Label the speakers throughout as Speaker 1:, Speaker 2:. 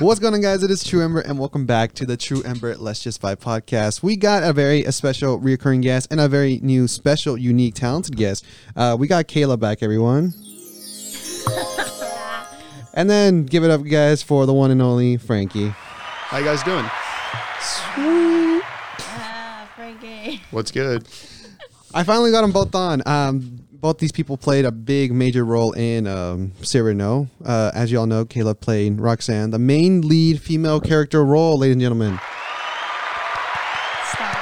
Speaker 1: What's going on, guys? It is True Ember, and welcome back to the True Ember Let's Just Vibe podcast. We got a very a special reoccurring guest and a very new, special, unique, talented guest. Uh, we got Kayla back, everyone. and then give it up, guys, for the one and only Frankie.
Speaker 2: How you guys doing?
Speaker 1: Sweet.
Speaker 3: Ah, Frankie.
Speaker 2: What's good?
Speaker 1: I finally got them both on. Um, both these people played a big major role in um, Cyrano. Uh, as you all know, Caleb played Roxanne, the main lead female character role, ladies and gentlemen.
Speaker 3: Stop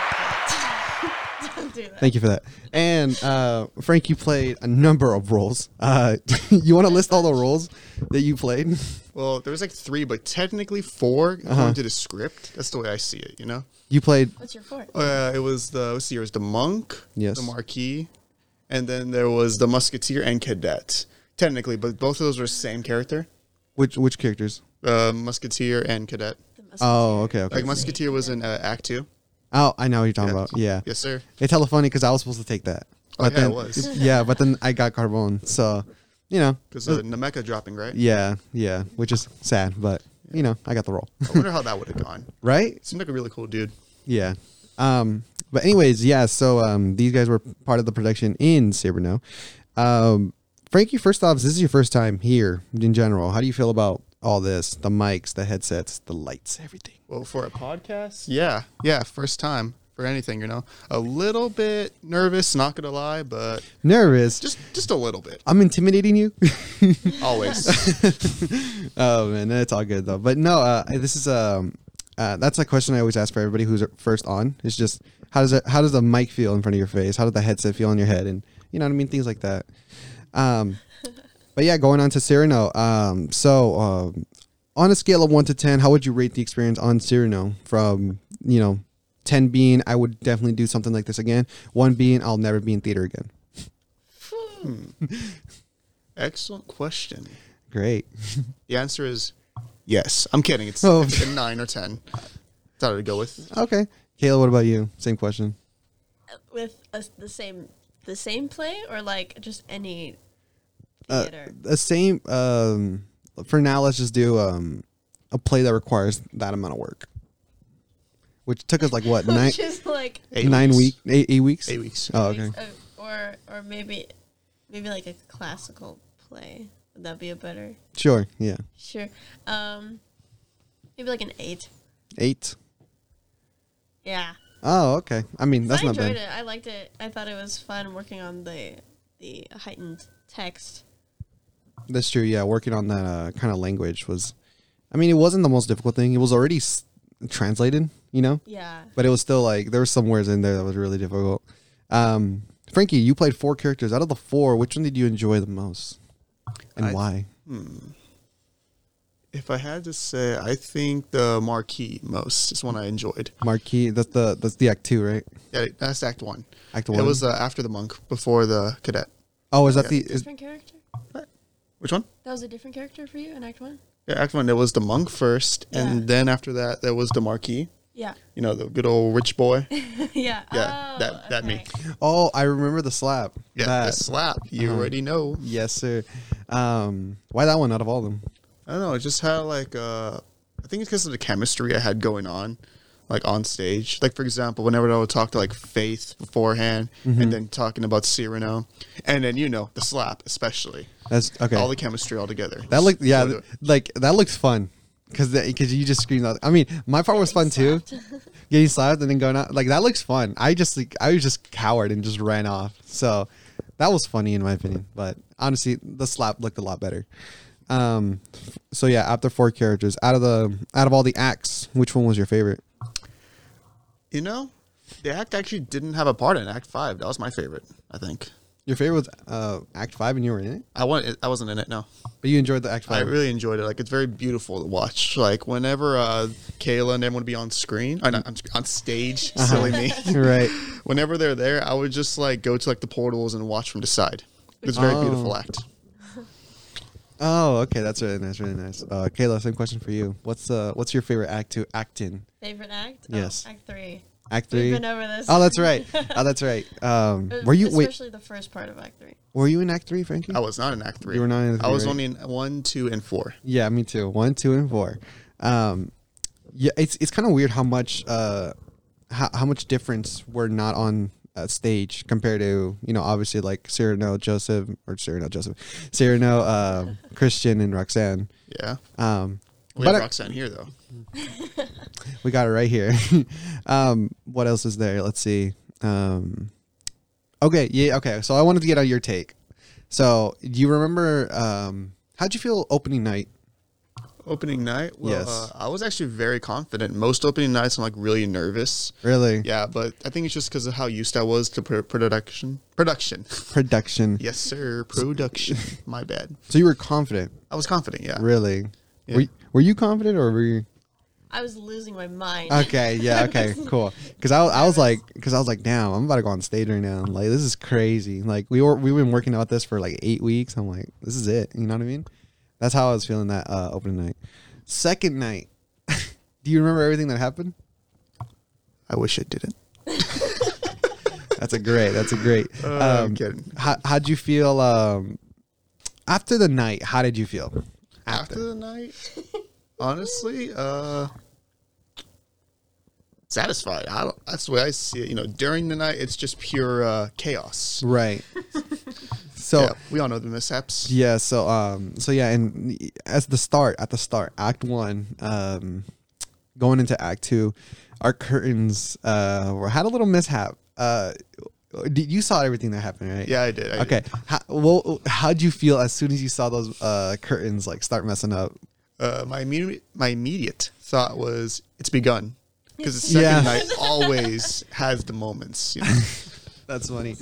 Speaker 3: it. Don't do that.
Speaker 1: Thank you for that. And uh, Frank, you played a number of roles. Uh, you want to list all the roles that you played?
Speaker 2: Well, there was like three, but technically 4
Speaker 1: Uh-huh.
Speaker 2: according to the script. That's the way I see it. You know,
Speaker 1: You played
Speaker 3: What's your fourth?
Speaker 2: uh, it was the let's see, it was the monk,
Speaker 1: Yes.
Speaker 2: the marquis, and then there was the musketeer and cadet. Technically, but both of those were the same character,
Speaker 1: which which characters?
Speaker 2: uh, musketeer and cadet.
Speaker 3: The musketeer.
Speaker 1: Oh, okay, okay.
Speaker 2: Like musketeer was in uh, Act Two.
Speaker 1: Oh, I know what you're talking about. Yeah,
Speaker 2: Yes, sir.
Speaker 1: it's hella funny because I was supposed to take that.
Speaker 2: Oh, yeah,
Speaker 1: then,
Speaker 2: it was.
Speaker 1: Yeah, but then I got Carbone, so you know.
Speaker 2: Because uh, Nemeka dropping, right?
Speaker 1: Yeah, yeah, which is sad, but you know, I got the role,
Speaker 2: I wonder how that would have gone.
Speaker 1: right?
Speaker 2: Seemed like a really cool dude.
Speaker 1: Yeah. Um, but anyways, yeah. So um, these guys were part of the production in Saberno. Um, Frankie, first off, this is your first time here in general. How do you feel about all this? The mics, the headsets, the lights, everything.
Speaker 2: Well, for a podcast, yeah, yeah, first time for anything, you know, a little bit nervous, not gonna lie, but
Speaker 1: Nervous.
Speaker 2: just just a little bit,
Speaker 1: I'm intimidating you.
Speaker 2: always.
Speaker 1: oh man, that's all good though. But no, uh, this is um, uh, that's a question I always ask for everybody who's first on. It's just how does it, how does the mic feel in front of your face? How does the headset feel on your head? And you know what I mean, things like that. Um, but yeah, going on to Cyrano. Um, so um, on a scale of one to ten, how would you rate the experience on Cyrano? From you know, ten being I would definitely do something like this again. One being I'll never be in theater again. Hmm.
Speaker 2: Excellent question.
Speaker 1: Great.
Speaker 2: The answer is yes. I'm kidding. It's
Speaker 1: Oh.
Speaker 2: it's a nine or ten. Thought I'd go with.
Speaker 1: Okay, Kayla, what about you? Same question. uh,
Speaker 3: With us the same the same play or like just any
Speaker 1: Uh,
Speaker 3: theater?
Speaker 1: the same um for now let's just do um a play that requires that amount of work which took us like what nine
Speaker 3: Which is like
Speaker 2: Eight
Speaker 1: nine
Speaker 2: weeks.
Speaker 1: week eight, eight weeks
Speaker 2: Eight weeks.
Speaker 1: oh okay
Speaker 3: uh, or or maybe maybe like a classical play. Would that be a better
Speaker 1: sure yeah
Speaker 3: sure? Um maybe like an eight.
Speaker 1: eight
Speaker 3: Yeah.
Speaker 1: oh okay i mean that's
Speaker 3: I
Speaker 1: not
Speaker 3: enjoyed
Speaker 1: bad
Speaker 3: it. I liked it. I thought it was fun working on the the heightened text.
Speaker 1: that's true yeah working on that uh, kind of language was i mean it wasn't the most difficult thing it was already s- translated you know
Speaker 3: Yeah.
Speaker 1: but it was still like there were some words in there that was really difficult um frankie you played four characters out of the four which one did you enjoy the most and
Speaker 2: I-
Speaker 1: why
Speaker 2: If I had to say, I think the marquee most is one I enjoyed.
Speaker 1: Marquee. That's the that's the act two, right?
Speaker 2: Yeah, that's Act One.
Speaker 1: Act
Speaker 2: It
Speaker 1: one.
Speaker 2: was uh, after the monk, before the cadet.
Speaker 1: Oh, is that the is,
Speaker 3: Different character?
Speaker 2: Which one?
Speaker 3: That was a different character for you in Act One?
Speaker 2: Yeah, Act One. There was the monk first,
Speaker 3: Yeah.
Speaker 2: and then after that, there was the marquee.
Speaker 3: Yeah.
Speaker 2: You know, the good old rich boy.
Speaker 3: yeah.
Speaker 2: Yeah,
Speaker 3: Oh,
Speaker 2: that- that me.
Speaker 1: oh I remember the slap.
Speaker 2: Yeah,
Speaker 1: That-
Speaker 2: the slap. You
Speaker 1: Uh-huh.
Speaker 2: already know.
Speaker 1: yes, sir. Um, why that one out of all of them?
Speaker 2: I don't know. It just had like uh, I think it's because of the chemistry I had going on, like on stage. Like for example, whenever I would talk to like Faith beforehand,
Speaker 1: Mm-hmm.
Speaker 2: and then talking about Cyrano, and then you know the slap especially,
Speaker 1: That's okay.
Speaker 2: all the chemistry all together.
Speaker 1: that looked yeah,
Speaker 2: So,
Speaker 1: like that looks fun. Cause, that, Cause you just screamed out. I mean, my part was fun too, getting slapped and then going out. Like that looks fun. I just like I was just coward and just ran off. So that was funny in my opinion. But honestly, the slap looked a lot better. Um, so yeah, after four characters, out of the out of all the acts, which one was your favorite?
Speaker 2: you know, the act actually didn't have a part in Act Five. That was my favorite. I think
Speaker 1: Your favorite was uh, Act Five, and you were in it,
Speaker 2: I want. I wasn't in it. No.
Speaker 1: but you enjoyed the Act
Speaker 2: I
Speaker 1: Five.
Speaker 2: really enjoyed it. Like it's very beautiful to watch. Like whenever uh, Kayla and everyone would be on screen, uh, not on, sc- on stage,
Speaker 1: Uh-huh.
Speaker 2: silly me.
Speaker 1: right.
Speaker 2: whenever they're there, I would just like go to like the portals and watch from the side. It's a very
Speaker 1: Oh.
Speaker 2: beautiful act.
Speaker 1: Oh, okay. That's really nice. Really nice. Uh, Kayla, same question for you. What's uh, what's your favorite act to act in?
Speaker 3: Favorite act?
Speaker 1: Yes.
Speaker 3: Oh, act three.
Speaker 1: Act
Speaker 3: We've
Speaker 1: three.
Speaker 3: been over this.
Speaker 1: Oh, that's right. Oh, that's right. Um, were you wait?
Speaker 3: Especially the first part of Act three.
Speaker 1: Were you in Act three, Frankie?
Speaker 2: I was not in Act Three.
Speaker 1: You were not in Act
Speaker 2: I
Speaker 1: three,
Speaker 2: was
Speaker 1: right?
Speaker 2: only in one, two, and four.
Speaker 1: Yeah, me too. One, two, and four. um, yeah, it's it's kind of weird how much uh, how, how much difference we're not on uh, stage compared to you know obviously like Cyrano Joseph or Cyrano Joseph, Cyrano uh, Christian and Roxanne.
Speaker 2: Yeah.
Speaker 1: Um,
Speaker 2: We
Speaker 1: but
Speaker 2: have
Speaker 1: I-
Speaker 2: Roxanne here though.
Speaker 1: we got it right here. um, what else is there? Let's see. Um, okay, yeah, okay. So I wanted to get out your take. So do you remember um, how'd you feel opening night?
Speaker 2: Opening night. Well,
Speaker 1: Yes.
Speaker 2: uh, I was actually very confident. Most opening nights, I'm like really nervous.
Speaker 1: Really,
Speaker 2: Yeah, but I think it's just because of how used I was to pr- production. Production.
Speaker 1: production.
Speaker 2: yes, sir. Production. My bad.
Speaker 1: So you were confident,
Speaker 2: I was confident. Yeah.
Speaker 1: really?
Speaker 2: Yeah.
Speaker 1: Were, you, were you confident or were you?
Speaker 3: I was losing my mind.
Speaker 1: Okay, yeah, okay, cool. Because I, I was like, because I was like, damn, I'm about to go on stage right now. Like this is crazy. Like we were, we've been working out this for like eight weeks. I'm like, this is it. You know what I mean? That's how I was feeling that uh, opening night. Second night, do you remember everything that happened?
Speaker 2: I wish it didn't.
Speaker 1: That's a great. That's a great.
Speaker 2: Uh, I'm
Speaker 1: Um,
Speaker 2: kidding.
Speaker 1: how how'd you feel um, after the night? How did you feel
Speaker 2: After the night, honestly, uh, satisfied. I don't. That's the way I see it. You know, during the night, it's just pure uh, chaos.
Speaker 1: Right. So
Speaker 2: yeah, we all know the mishaps.
Speaker 1: Yeah, so um so yeah, and as the start, at the start, act 1, um going into act 2, our curtains uh were, had a little mishap. Uh did you saw everything that happened, right?
Speaker 2: Yeah, I did. I did.
Speaker 1: Okay. How, well, how'd you feel as soon as you saw those uh curtains like start messing up?
Speaker 2: uh, my immediate my immediate thought was it's begun because the second
Speaker 1: Yeah.
Speaker 2: night always has the moments. You know?
Speaker 1: That's funny.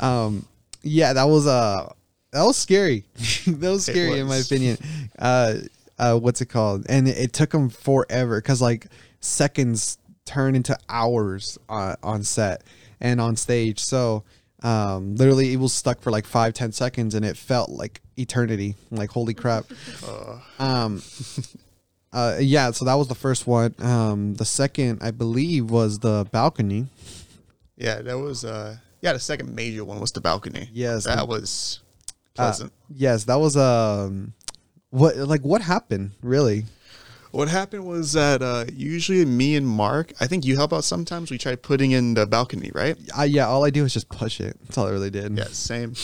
Speaker 1: Um, yeah, that was uh that was scary. that was
Speaker 2: It
Speaker 1: scary in my
Speaker 2: was.
Speaker 1: opinion. Uh, uh, what's it called? And it, it took them forever because like seconds turn into hours on, on set and on stage. So um, literally, it was stuck for like five ten seconds, and it felt like eternity. Like holy crap. Um, uh, yeah. So that was the first one. Um, the second, I believe, was the balcony.
Speaker 2: yeah, that was uh yeah the second major one was the balcony.
Speaker 1: Yes.
Speaker 2: that was
Speaker 1: Uh,
Speaker 2: pleasant.
Speaker 1: yes, that was um what like what happened really?
Speaker 2: What happened was that uh, usually me and Mark, I think you help out sometimes. We try putting in the balcony, right?
Speaker 1: I, yeah, all I do is just push it. That's all I really did.
Speaker 2: Yeah, same.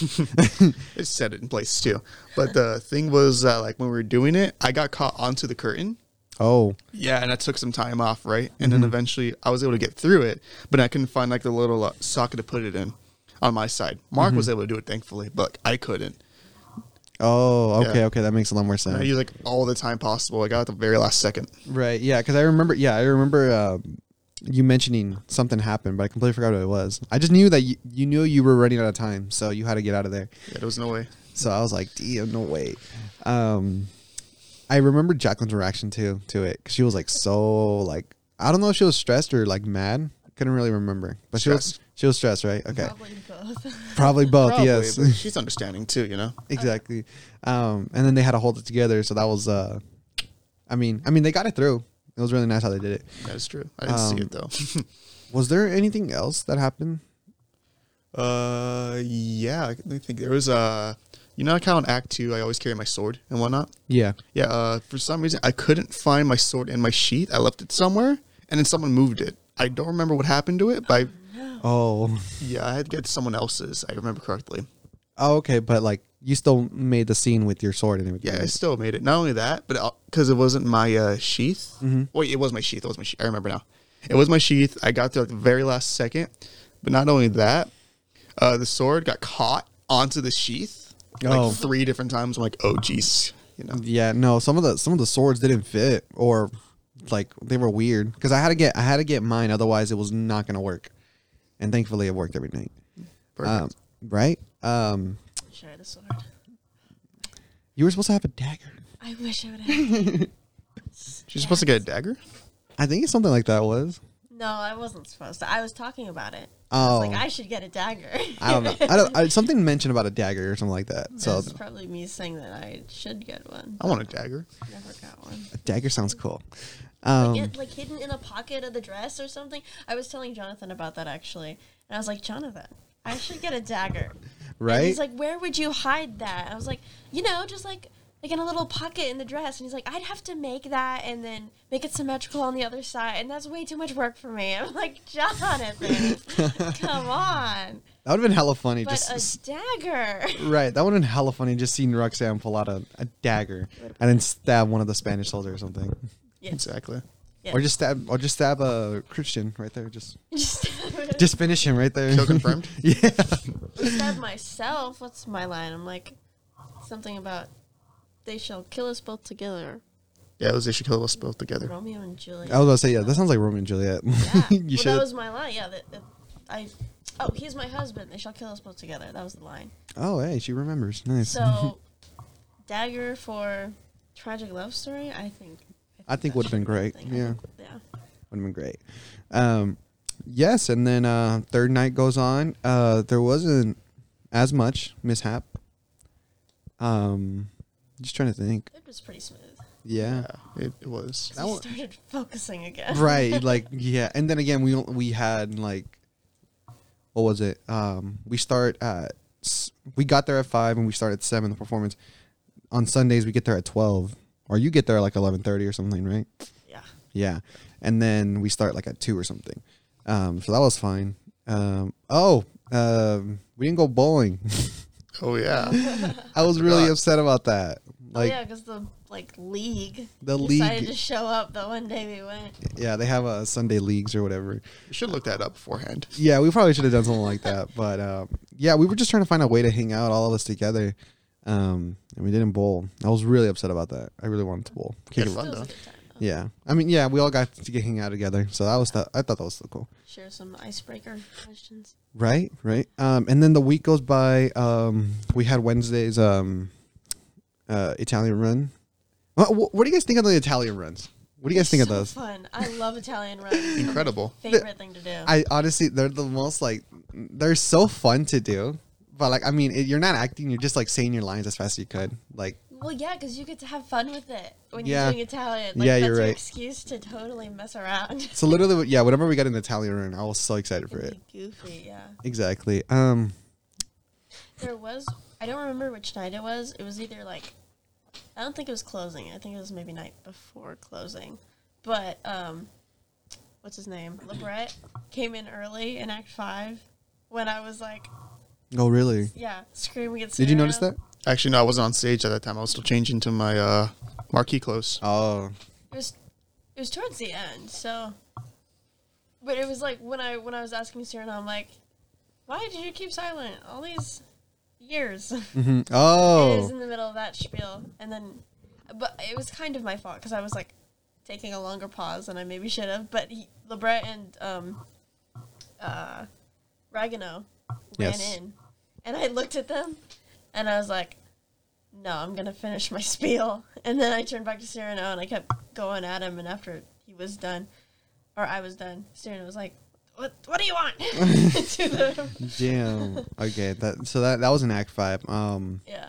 Speaker 2: it set it in place too. But the thing was that like when we were doing it, I got caught onto the curtain.
Speaker 1: Oh,
Speaker 2: Yeah, Mm-hmm. and I took some time off, right? And then eventually I was able to get through it, but I couldn't find like the little uh, socket to put it in on my side. Mark was able to do it thankfully, but I couldn't.
Speaker 1: oh, okay,
Speaker 2: Yeah.
Speaker 1: okay, that makes a lot more
Speaker 2: And I
Speaker 1: sense.
Speaker 2: used like all the time possible. I got at the very last second.
Speaker 1: right? Yeah, because I remember. Yeah, I remember um you mentioning something happened, but I completely forgot what it was. I just knew that you, you knew you were running out of time, so you had to get out of there.
Speaker 2: Yeah, there was no way.
Speaker 1: So I was like, damn, no way. Um, I remember Jacqueline's reaction to to it 'cause she was like so like I don't know if she was stressed or like mad. Couldn't really remember, but she was
Speaker 2: Stressed.
Speaker 1: she was stressed, right? Okay,
Speaker 3: Probably both.
Speaker 1: probably both.
Speaker 2: Probably,
Speaker 1: yes,
Speaker 2: but she's understanding too, you know.
Speaker 1: exactly. Um, and then they had to hold it together, so that was uh, I mean, I mean, they got it through. It was really nice how they did it.
Speaker 2: That is true. I didn't see it though.
Speaker 1: Was there anything else that happened?
Speaker 2: Uh, yeah, I think there was Uh, you know, how in Act Two, I always carry my sword and whatnot.
Speaker 1: Yeah.
Speaker 2: Yeah, uh, for some reason, I couldn't find my sword in my sheath. I left it somewhere, and then someone moved it. I don't remember what happened to it, but I,
Speaker 1: Oh.
Speaker 2: yeah, I had to get someone else's. I remember correctly.
Speaker 1: oh. Okay, but like you still made the scene with your sword and everything.
Speaker 2: Yeah, I
Speaker 1: right?
Speaker 2: still made it. Not only that, but because it wasn't my uh, sheath.
Speaker 1: Mm-hmm.
Speaker 2: Wait, it was my sheath. It was my sheath. I remember now. It was my sheath. I got to like, the very last second, but not only that, uh, the sword got caught onto the sheath like
Speaker 1: Oh. Mm-hmm.
Speaker 2: three different times. I'm like, oh jeez, you know.
Speaker 1: Yeah, no, some of the some of the swords didn't fit or like they were weird because I had to get I had to get mine otherwise it was not gonna work, and thankfully it worked every night.
Speaker 2: Perfect.
Speaker 1: Um, right? Um,
Speaker 3: Wish I had a sword.
Speaker 1: you were supposed to have a dagger.
Speaker 3: I wish I would have.
Speaker 2: She's supposed to get a dagger.
Speaker 1: I think it's something like that was.
Speaker 3: No, I wasn't supposed to. I was talking about it. I was like,
Speaker 1: Oh.
Speaker 3: I should get a dagger.
Speaker 1: I don't know. I don't. I, something mentioned about a dagger or something like that. So Oh.
Speaker 3: That's probably me saying that I should get one.
Speaker 2: I want a dagger.
Speaker 3: Never got one.
Speaker 1: dagger sounds cool. Um,
Speaker 3: Get, like hidden in a pocket of the dress or something. I was telling Jonathan about that actually, and I was like, Jonathan, I should get a dagger. And
Speaker 1: right?
Speaker 3: he's like, where would you hide that? I was like, you know, just like like in a little pocket in the dress, and he's like, I'd have to make that and then make it symmetrical on the other side, and that's way too much work for me. I'm like, Jonathan, come on,
Speaker 1: That would have been hella funny.
Speaker 3: but
Speaker 1: just
Speaker 3: a dagger.
Speaker 1: right. That would have been hella funny. Just seeing Roxanne pull out a, a dagger and then stab one of the Spanish soldiers or something,
Speaker 3: yes,
Speaker 2: Exactly.
Speaker 3: yes.
Speaker 1: or just stab, or just stab a Christian right there. Just
Speaker 3: just
Speaker 1: just finish him right there.
Speaker 2: Kill confirmed?
Speaker 1: yeah.
Speaker 3: stab myself. What's my line? I'm like, something about they shall kill us both together,
Speaker 2: Yeah, it was they should kill us both together.
Speaker 3: Romeo and Juliet.
Speaker 1: I was about to say yeah. That sounds like Romeo and Juliet.
Speaker 3: Yeah.
Speaker 1: you
Speaker 3: well,
Speaker 1: should.
Speaker 3: that was my line. Yeah, that, that- I. Oh, he's my husband. They shall kill us both together. That was the line.
Speaker 1: oh hey, she remembers. Nice.
Speaker 3: So, dagger for tragic love story. I think.
Speaker 1: I think would have been great.
Speaker 3: I think-
Speaker 1: Yeah.
Speaker 3: Yeah.
Speaker 1: would have been great. Um, yes, and then uh, third night goes on. Uh, there wasn't as much mishap. Um, just trying to think.
Speaker 3: It was pretty smooth.
Speaker 1: Yeah,
Speaker 2: Yeah, it, it was.
Speaker 1: That
Speaker 3: we
Speaker 1: one-
Speaker 3: started focusing again.
Speaker 1: right. Like yeah, and then again we don't- we had like what was it? Um, we start at s- we got there at five and we start at seven. The performance on Sundays we get there at twelve, or you get there at like eleven thirty or something, right?
Speaker 3: Yeah.
Speaker 1: Yeah. And then we start like at two or something. Um, so that was fine. Um, oh, um, we didn't go bowling.
Speaker 2: Oh yeah.
Speaker 1: I was really
Speaker 2: forgot.
Speaker 1: upset about that. Like,
Speaker 3: oh, yeah, because the like league.
Speaker 1: The
Speaker 3: decided
Speaker 1: league-
Speaker 3: to show up the one day we went.
Speaker 1: yeah, they have uh, Sunday leagues or whatever.
Speaker 2: You should look that up beforehand.
Speaker 1: Yeah, we probably should have done something like that. But um, yeah, we were just trying to find a way to hang out all of us together. Um, and we didn't bowl. I was really upset about that. I really wanted to bowl. Kick
Speaker 2: Had
Speaker 1: it-
Speaker 2: fun,
Speaker 3: It was
Speaker 2: though.
Speaker 3: a good time. Though.
Speaker 1: Yeah. I mean, yeah, we all got to get hang out together. So that was the, I thought that was so cool.
Speaker 3: Share some icebreaker questions.
Speaker 1: Right, right. Um, and then the week goes by. Um, we had Wednesday's um, uh, Italian run. What, what, what do you guys think of the Italian runs? What do you guys think of
Speaker 3: so
Speaker 1: those?
Speaker 3: Fun. I love Italian runs.
Speaker 2: Incredible.
Speaker 3: Favorite thing to do.
Speaker 1: I honestly, they're the most like, they're so fun to do. But like, I mean, it, you're not acting; you're just like saying your lines as fast as you could. Like,
Speaker 3: Well, yeah, because you get to have fun with it when
Speaker 1: Yeah.
Speaker 3: you're doing Italian. Like,
Speaker 1: Yeah,
Speaker 3: that's
Speaker 1: you're
Speaker 3: your
Speaker 1: right.
Speaker 3: excuse to totally mess around.
Speaker 1: so literally, yeah. Whenever we got an Italian run, I was so excited for
Speaker 3: It'd
Speaker 1: it.
Speaker 3: be goofy, yeah.
Speaker 1: Exactly. Um,
Speaker 3: There was, I don't remember which night it was. It was either like, I don't think it was closing. I think it was maybe night before closing. But, um, what's his name? LeBret came in early in Act 5 when I was like,
Speaker 1: oh really?
Speaker 3: yeah, screaming at
Speaker 1: Did you notice
Speaker 3: Sarah.
Speaker 1: that?
Speaker 2: Actually, no, I wasn't on stage at that time. I was still changing to my uh, marquee clothes.
Speaker 1: Oh,
Speaker 3: It was, it was towards the end, so. But it was like when I when I was asking Serena, I'm like, why did you keep silent all these years?
Speaker 1: hmm
Speaker 3: It was
Speaker 1: oh,
Speaker 3: in the middle of that spiel, and then, but it was kind of my fault because I was like taking a longer pause than I maybe should have. But he, Lebret and um, uh, Ragano ran
Speaker 1: Yes.
Speaker 3: in, and I looked at them, and I was like, "No, I'm gonna finish my spiel." And then I turned back to Cyrano, and I kept going at him. And after he was done, or I was done, Cyrano was like. What, what do you want? to the,
Speaker 1: damn. Okay, that so that that was an Act Five. Um,
Speaker 3: yeah.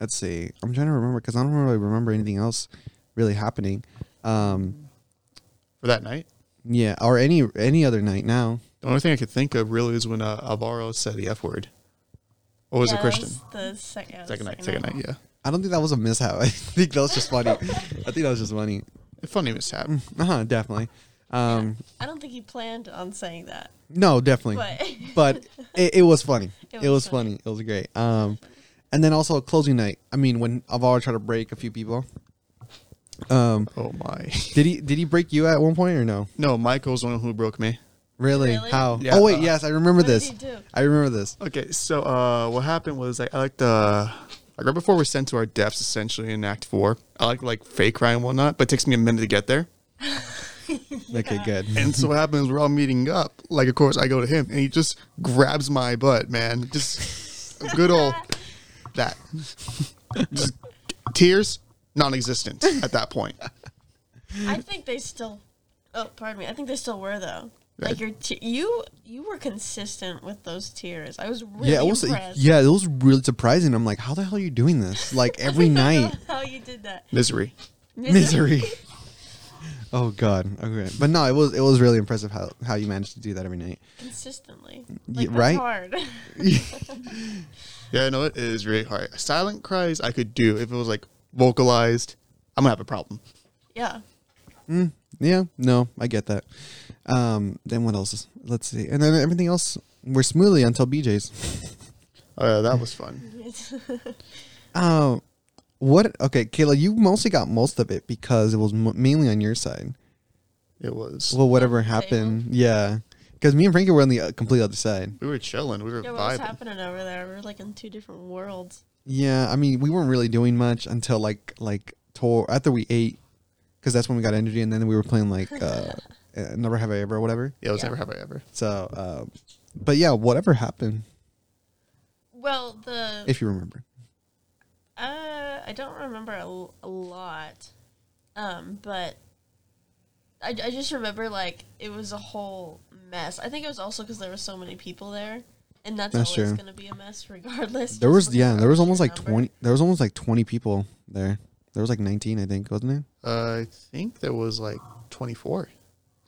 Speaker 1: let's see. I'm trying to remember because I don't really remember anything else really happening. Um,
Speaker 2: For that night,
Speaker 1: yeah, or any any other night now.
Speaker 2: the only thing I could think of really is when uh, Alvaro said the F word. Or was
Speaker 3: Yeah,
Speaker 2: it
Speaker 3: that
Speaker 2: Christian?
Speaker 3: was The sec- yeah, the
Speaker 2: Second night, second night, yeah.
Speaker 1: I don't think that was a mishap. I think that was just funny. I think that was just funny.
Speaker 2: A funny mishap.
Speaker 1: Uh huh. Definitely. Um,
Speaker 3: I don't think he planned on saying that,
Speaker 1: no, definitely.
Speaker 3: but
Speaker 1: but it, it was funny. It
Speaker 3: It
Speaker 1: was,
Speaker 3: was
Speaker 1: funny. It was great. Um, and then also a closing night. I mean, when Alvaro tried to break a few people. Um,
Speaker 2: Oh my.
Speaker 1: did he did he break you at one point or no?
Speaker 2: No, Michael's the one who broke me.
Speaker 1: Really?
Speaker 3: Really?
Speaker 1: How?
Speaker 2: Yeah.
Speaker 1: oh wait, yes, I remember
Speaker 3: What did
Speaker 1: this.
Speaker 3: he do?
Speaker 1: I remember this.
Speaker 2: Okay, so uh, what happened was like I like the like right before we're sent to our depths, essentially in Act Four. I like like fake cry and whatnot, but it takes me a minute to get there.
Speaker 1: Okay, good.
Speaker 2: And so what happens? We're all meeting up. Like of course I go to him, and he just grabs my butt, man. Just a good old that. Just tears non-existent at that point.
Speaker 3: I think they still. Oh, pardon me. I think they still were though.
Speaker 2: Right.
Speaker 3: Like your te- you you were consistent with those tears. I was really
Speaker 1: yeah, it was
Speaker 3: impressed.
Speaker 1: yeah, it was really surprising. I'm like, how the hell are you doing this? Like every
Speaker 3: I don't
Speaker 1: night,
Speaker 3: know how you did that.
Speaker 2: Misery.
Speaker 1: misery. oh god. Okay, but no, it was it was really impressive how how you managed to do that every night.
Speaker 3: consistently. Like, that's
Speaker 1: right?
Speaker 3: Hard.
Speaker 2: Yeah, I know it is really hard. Silent cries I could do if it was like vocalized, I'm gonna have a problem.
Speaker 3: Yeah.
Speaker 1: Yeah, no, I get that. Um, then what else? Let's see. And then everything else were smoothly until BJ's.
Speaker 2: Uh, that was fun.
Speaker 1: Um, what? Okay, Kayla, you mostly got most of it because it was m- mainly on your side.
Speaker 2: It was.
Speaker 1: Well, whatever happened, yeah. Because me and Frankie were on the uh, complete other side.
Speaker 2: We were chilling. We were
Speaker 3: Yeah, what was
Speaker 2: vibing.
Speaker 3: happening over there? We were like in two different worlds.
Speaker 1: Yeah, I mean, we weren't really doing much until like like tor- after we ate, because that's when we got energy, and then we were playing like uh, uh, Never Have I Ever or whatever.
Speaker 2: Yeah, it was
Speaker 3: Yeah.
Speaker 2: never have I ever.
Speaker 1: So, uh, but yeah, whatever happened,
Speaker 3: Well, the
Speaker 1: if you remember.
Speaker 3: uh, I don't remember a, l- a lot, um, but I, I just remember like it was a whole mess. I think it was also because there were so many people there, and that's,
Speaker 1: That's
Speaker 3: always
Speaker 1: true.
Speaker 3: going to be a mess regardless.
Speaker 1: There
Speaker 3: just
Speaker 1: was yeah,
Speaker 3: because
Speaker 1: there was
Speaker 3: of
Speaker 1: almost
Speaker 3: sheer
Speaker 1: like
Speaker 3: number.
Speaker 1: twenty. There was almost like twenty people there. There was like nineteen, I think, wasn't it?
Speaker 2: Uh, I think there was like 24.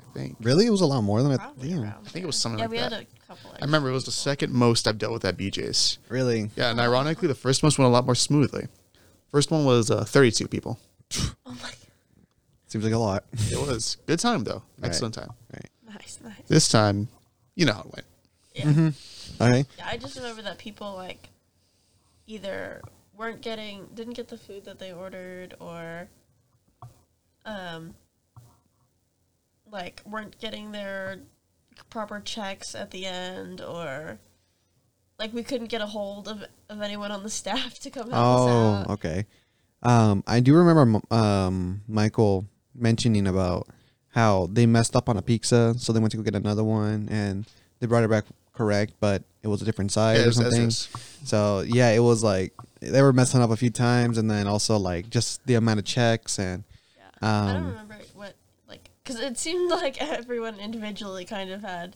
Speaker 2: I think.
Speaker 1: Really, it was a lot more than I.
Speaker 3: Probably
Speaker 1: Damn.
Speaker 3: around
Speaker 2: I think it was
Speaker 3: there.
Speaker 2: something
Speaker 3: Yeah,
Speaker 2: like
Speaker 3: we
Speaker 2: that.
Speaker 3: had a couple.
Speaker 2: I remember it was the second most I've dealt with at BJ's.
Speaker 1: Really,
Speaker 2: Yeah, and ironically, the first most went a lot more smoothly. First one was uh, 32 people.
Speaker 3: Oh my
Speaker 1: seems like a lot.
Speaker 2: It was good time though. Excellent time.
Speaker 1: right.
Speaker 3: god, nice, nice.
Speaker 2: This time, you know how it went.
Speaker 3: Yeah.
Speaker 1: Okay.
Speaker 3: Yeah, I just remember that people like either weren't getting didn't get the food that they ordered or um like weren't getting their proper checks at the end or like we couldn't get a hold of, of anyone on the staff to come help us
Speaker 1: Oh,
Speaker 3: out.
Speaker 1: okay. Um, I do remember m- um Michael mentioning about how they messed up on a pizza, so they went to go get another one, and they brought it back correct, but it was a different size
Speaker 2: Yeah, it
Speaker 1: or
Speaker 2: was
Speaker 1: something.
Speaker 2: Ezra's.
Speaker 1: So yeah, it was like they were messing up a few times, and then also like just the amount of checks and
Speaker 3: Yeah. I don't
Speaker 1: um
Speaker 3: remember what like cuz it seemed like everyone individually kind of had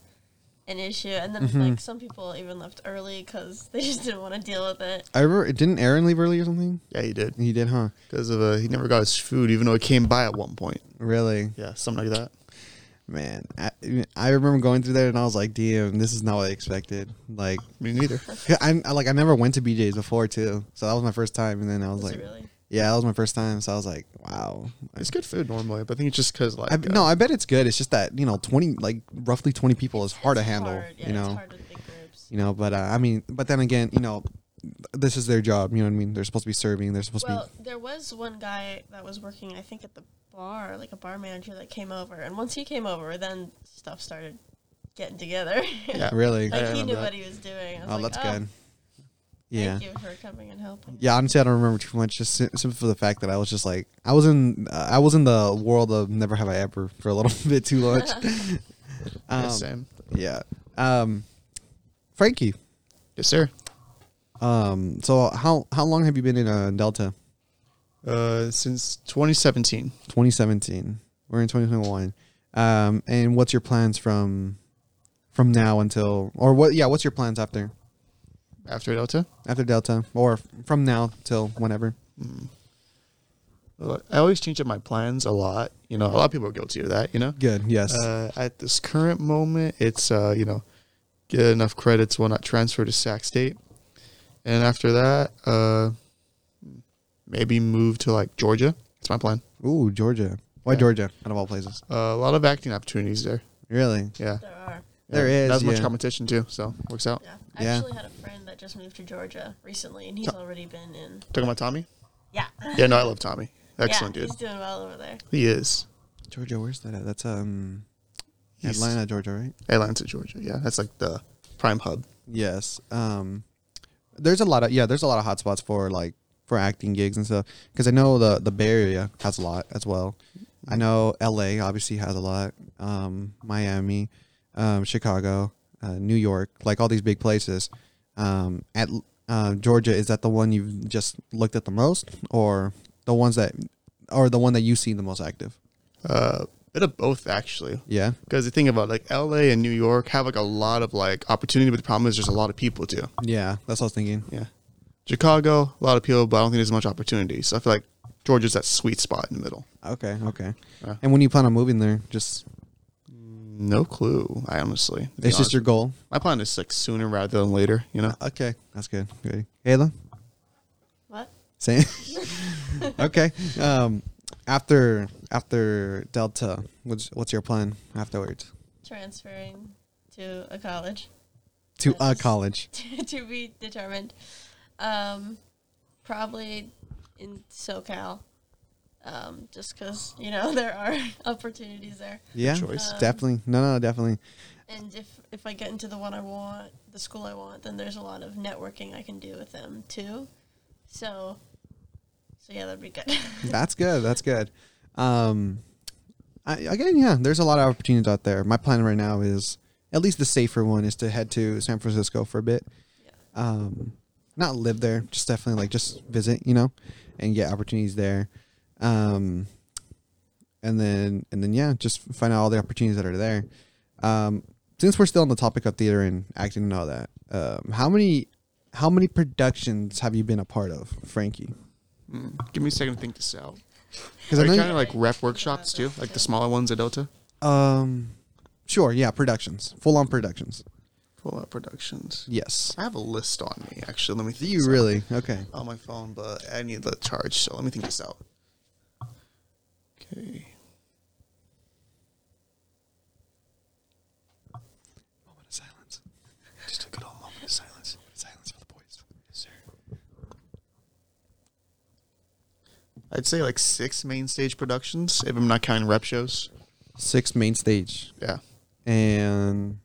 Speaker 3: an issue and then
Speaker 1: Mm-hmm.
Speaker 3: like some people even left early cuz they just didn't want to deal with it.
Speaker 1: I remember didn't Aaron leave early or something?
Speaker 2: Yeah, he did
Speaker 1: He did, huh?
Speaker 2: because of uh, he never got his food, even though it came by at one point.
Speaker 1: Really,
Speaker 2: Yeah, something like that.
Speaker 1: man. I, I remember going through there and I was like, damn, this is not what I expected. Like,
Speaker 2: Me neither.
Speaker 1: I, I like I never went to BJ's before too, so that was my first time. And then I was,
Speaker 3: Was
Speaker 1: like,
Speaker 3: it really?
Speaker 1: yeah, that was my first time. So I was like, wow. I,
Speaker 2: It's good food normally, but I think it's just because like
Speaker 1: I-
Speaker 2: uh,
Speaker 1: no, I bet it's good. It's just that you know, twenty like roughly twenty people is hard
Speaker 3: It's
Speaker 1: to handle.
Speaker 3: hard, yeah,
Speaker 1: you know,
Speaker 3: it's hard with big groups.
Speaker 1: you know. But uh, I mean, but then again, you know, this is their job. You know what I mean? They're supposed to be serving. They're supposed
Speaker 3: Well,
Speaker 1: to
Speaker 3: there was one guy that was working, I think, at the bar, like a bar manager that came over, and once he came over, then stuff started getting together.
Speaker 2: Yeah.
Speaker 1: be really.
Speaker 3: like
Speaker 2: I
Speaker 3: he
Speaker 2: remember
Speaker 3: knew
Speaker 2: that.
Speaker 3: what he was doing. I was
Speaker 1: oh,
Speaker 3: like,
Speaker 1: that's
Speaker 3: oh,
Speaker 1: good. Yeah.
Speaker 3: Thank you for coming and helping.
Speaker 1: Yeah, honestly, I don't remember too much, just sim- simply for the fact that I was just like I was in uh, I was in the world of Never Have I Ever for a little bit too much.
Speaker 2: yeah,
Speaker 1: um,
Speaker 2: same.
Speaker 1: Yeah. Um, Frankie.
Speaker 2: Yes, sir.
Speaker 1: Um, so how how long have you been in uh, Delta?
Speaker 2: Uh, since 2017,
Speaker 1: 2017. We're in 2021. Um, and what's your plans from from now until or what? Yeah, what's your plans after
Speaker 2: after Delta,
Speaker 1: after Delta or f- from now till whenever?
Speaker 2: uh, I always change up my plans a lot. You know, a lot of people are guilty of that. You know,
Speaker 1: Good. Yes.
Speaker 2: uh, at this current moment, it's uh, you know, get enough credits when I transfer to Sac State, and after that, uh, maybe move to like Georgia. That's my plan.
Speaker 1: Ooh, Georgia. Why
Speaker 2: yeah.
Speaker 1: Georgia? Out of all places.
Speaker 2: Uh, a lot of acting opportunities there.
Speaker 1: Really?
Speaker 2: Yeah,
Speaker 3: There are.
Speaker 1: There
Speaker 2: yeah.
Speaker 1: is,
Speaker 2: not as much
Speaker 1: yeah.
Speaker 2: competition too, so works out.
Speaker 3: Yeah. I
Speaker 1: Yeah.
Speaker 3: actually had a friend that just moved to Georgia recently, and he's already been in.
Speaker 2: Talking about Tommy.
Speaker 3: Yeah.
Speaker 2: Yeah, no, I love Tommy. Excellent
Speaker 3: yeah,
Speaker 2: dude.
Speaker 3: He's doing well over there.
Speaker 2: He is.
Speaker 1: Georgia. Where's that at? That's um
Speaker 2: East.
Speaker 1: Atlanta, Georgia, right?
Speaker 2: Atlanta, Georgia. Yeah, that's like the prime hub.
Speaker 1: Yes. Um, there's a lot of yeah. There's a lot of hotspots for like for acting gigs and stuff. Because I know the the Bay Area has a lot as well. I know L.A. obviously has a lot. Um, Miami, um, Chicago, uh, New York, like all these big places. Um, at uh, Georgia, is that the one you've just looked at the most, or the ones that, or the one that you see the most active?
Speaker 2: Uh, bit of both actually.
Speaker 1: Yeah.
Speaker 2: Because the thing about like LA and New York have like a lot of like opportunity, but the problem is there's a lot of people too.
Speaker 1: Yeah, that's what I was thinking.
Speaker 2: Yeah. Chicago, a lot of people, but I don't think there's much opportunity. So I feel like Georgia's that sweet spot in the middle.
Speaker 1: Okay, okay.
Speaker 2: Yeah.
Speaker 1: And when you plan on moving there, just
Speaker 2: No clue, I honestly. to be
Speaker 1: it's just
Speaker 2: honest.
Speaker 1: your goal.
Speaker 2: my plan is like sooner rather than later, you know?
Speaker 1: Okay, that's good. Good. Kayla,
Speaker 3: What?
Speaker 1: Same. okay. Um, after after Delta, what's what's your plan afterwards?
Speaker 3: transferring to a college
Speaker 1: To a
Speaker 3: Yes.
Speaker 1: college.
Speaker 3: to be determined. Um, probably in SoCal, um, just because you know there are opportunities there.
Speaker 1: Yeah.
Speaker 2: choice.
Speaker 3: Um,
Speaker 1: Definitely. No, no, definitely.
Speaker 3: And if if I get into the one I want, the school I want, then there's a lot of networking I can do with them too. So, so yeah, that'd be good.
Speaker 1: That's good. That's good. Um, I, again, yeah, there's a lot of opportunities out there. My plan right now is, at least the safer one, is to head to San Francisco for a bit.
Speaker 3: Yeah.
Speaker 1: Um, not live there, just definitely like just visit, you know, and get opportunities there. Um, and then and then yeah, just find out all the opportunities that are there. Um, since we're still on the topic of theater and acting and all that, um, how many how many productions have you been a part of, Frankie?
Speaker 2: Mm, give me a second to think this out.
Speaker 1: Because
Speaker 2: Are you
Speaker 1: you-
Speaker 2: counting like rep workshops too, like the smaller ones at Delta?
Speaker 1: Um, sure. Yeah, productions, full on productions.
Speaker 2: Full out productions.
Speaker 1: Yes.
Speaker 2: I have a list on me actually. Let me.
Speaker 1: Do
Speaker 2: Think
Speaker 1: you
Speaker 2: this out.
Speaker 1: really? Okay.
Speaker 2: on my phone, but I need the charge, so let me think this out. Okay.
Speaker 1: Moment of silence.
Speaker 2: Just a good old moment of silence.
Speaker 1: Silence for the boys.
Speaker 2: I'd say like six main stage productions, if I'm not counting rep shows.
Speaker 1: Six main stage
Speaker 2: Yeah.
Speaker 1: and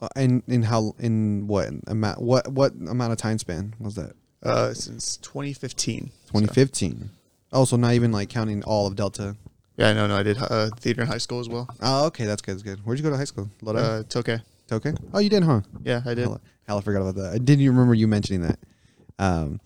Speaker 1: uh, and in how in what amount what what amount of time span was that?
Speaker 2: Uh, since 2015.
Speaker 1: 2015. Oh, so not even like counting all of Delta.
Speaker 2: Yeah, no, no, I did uh, theater in high school as well.
Speaker 1: Oh, okay, that's good. That's good. Where'd you go to high school? Lodi.
Speaker 2: Uh, it's okay.
Speaker 1: okay. Oh, you did, huh?
Speaker 2: Yeah, I did.
Speaker 1: Hell, hell, I forgot about that. I didn't even remember you mentioning that. Um,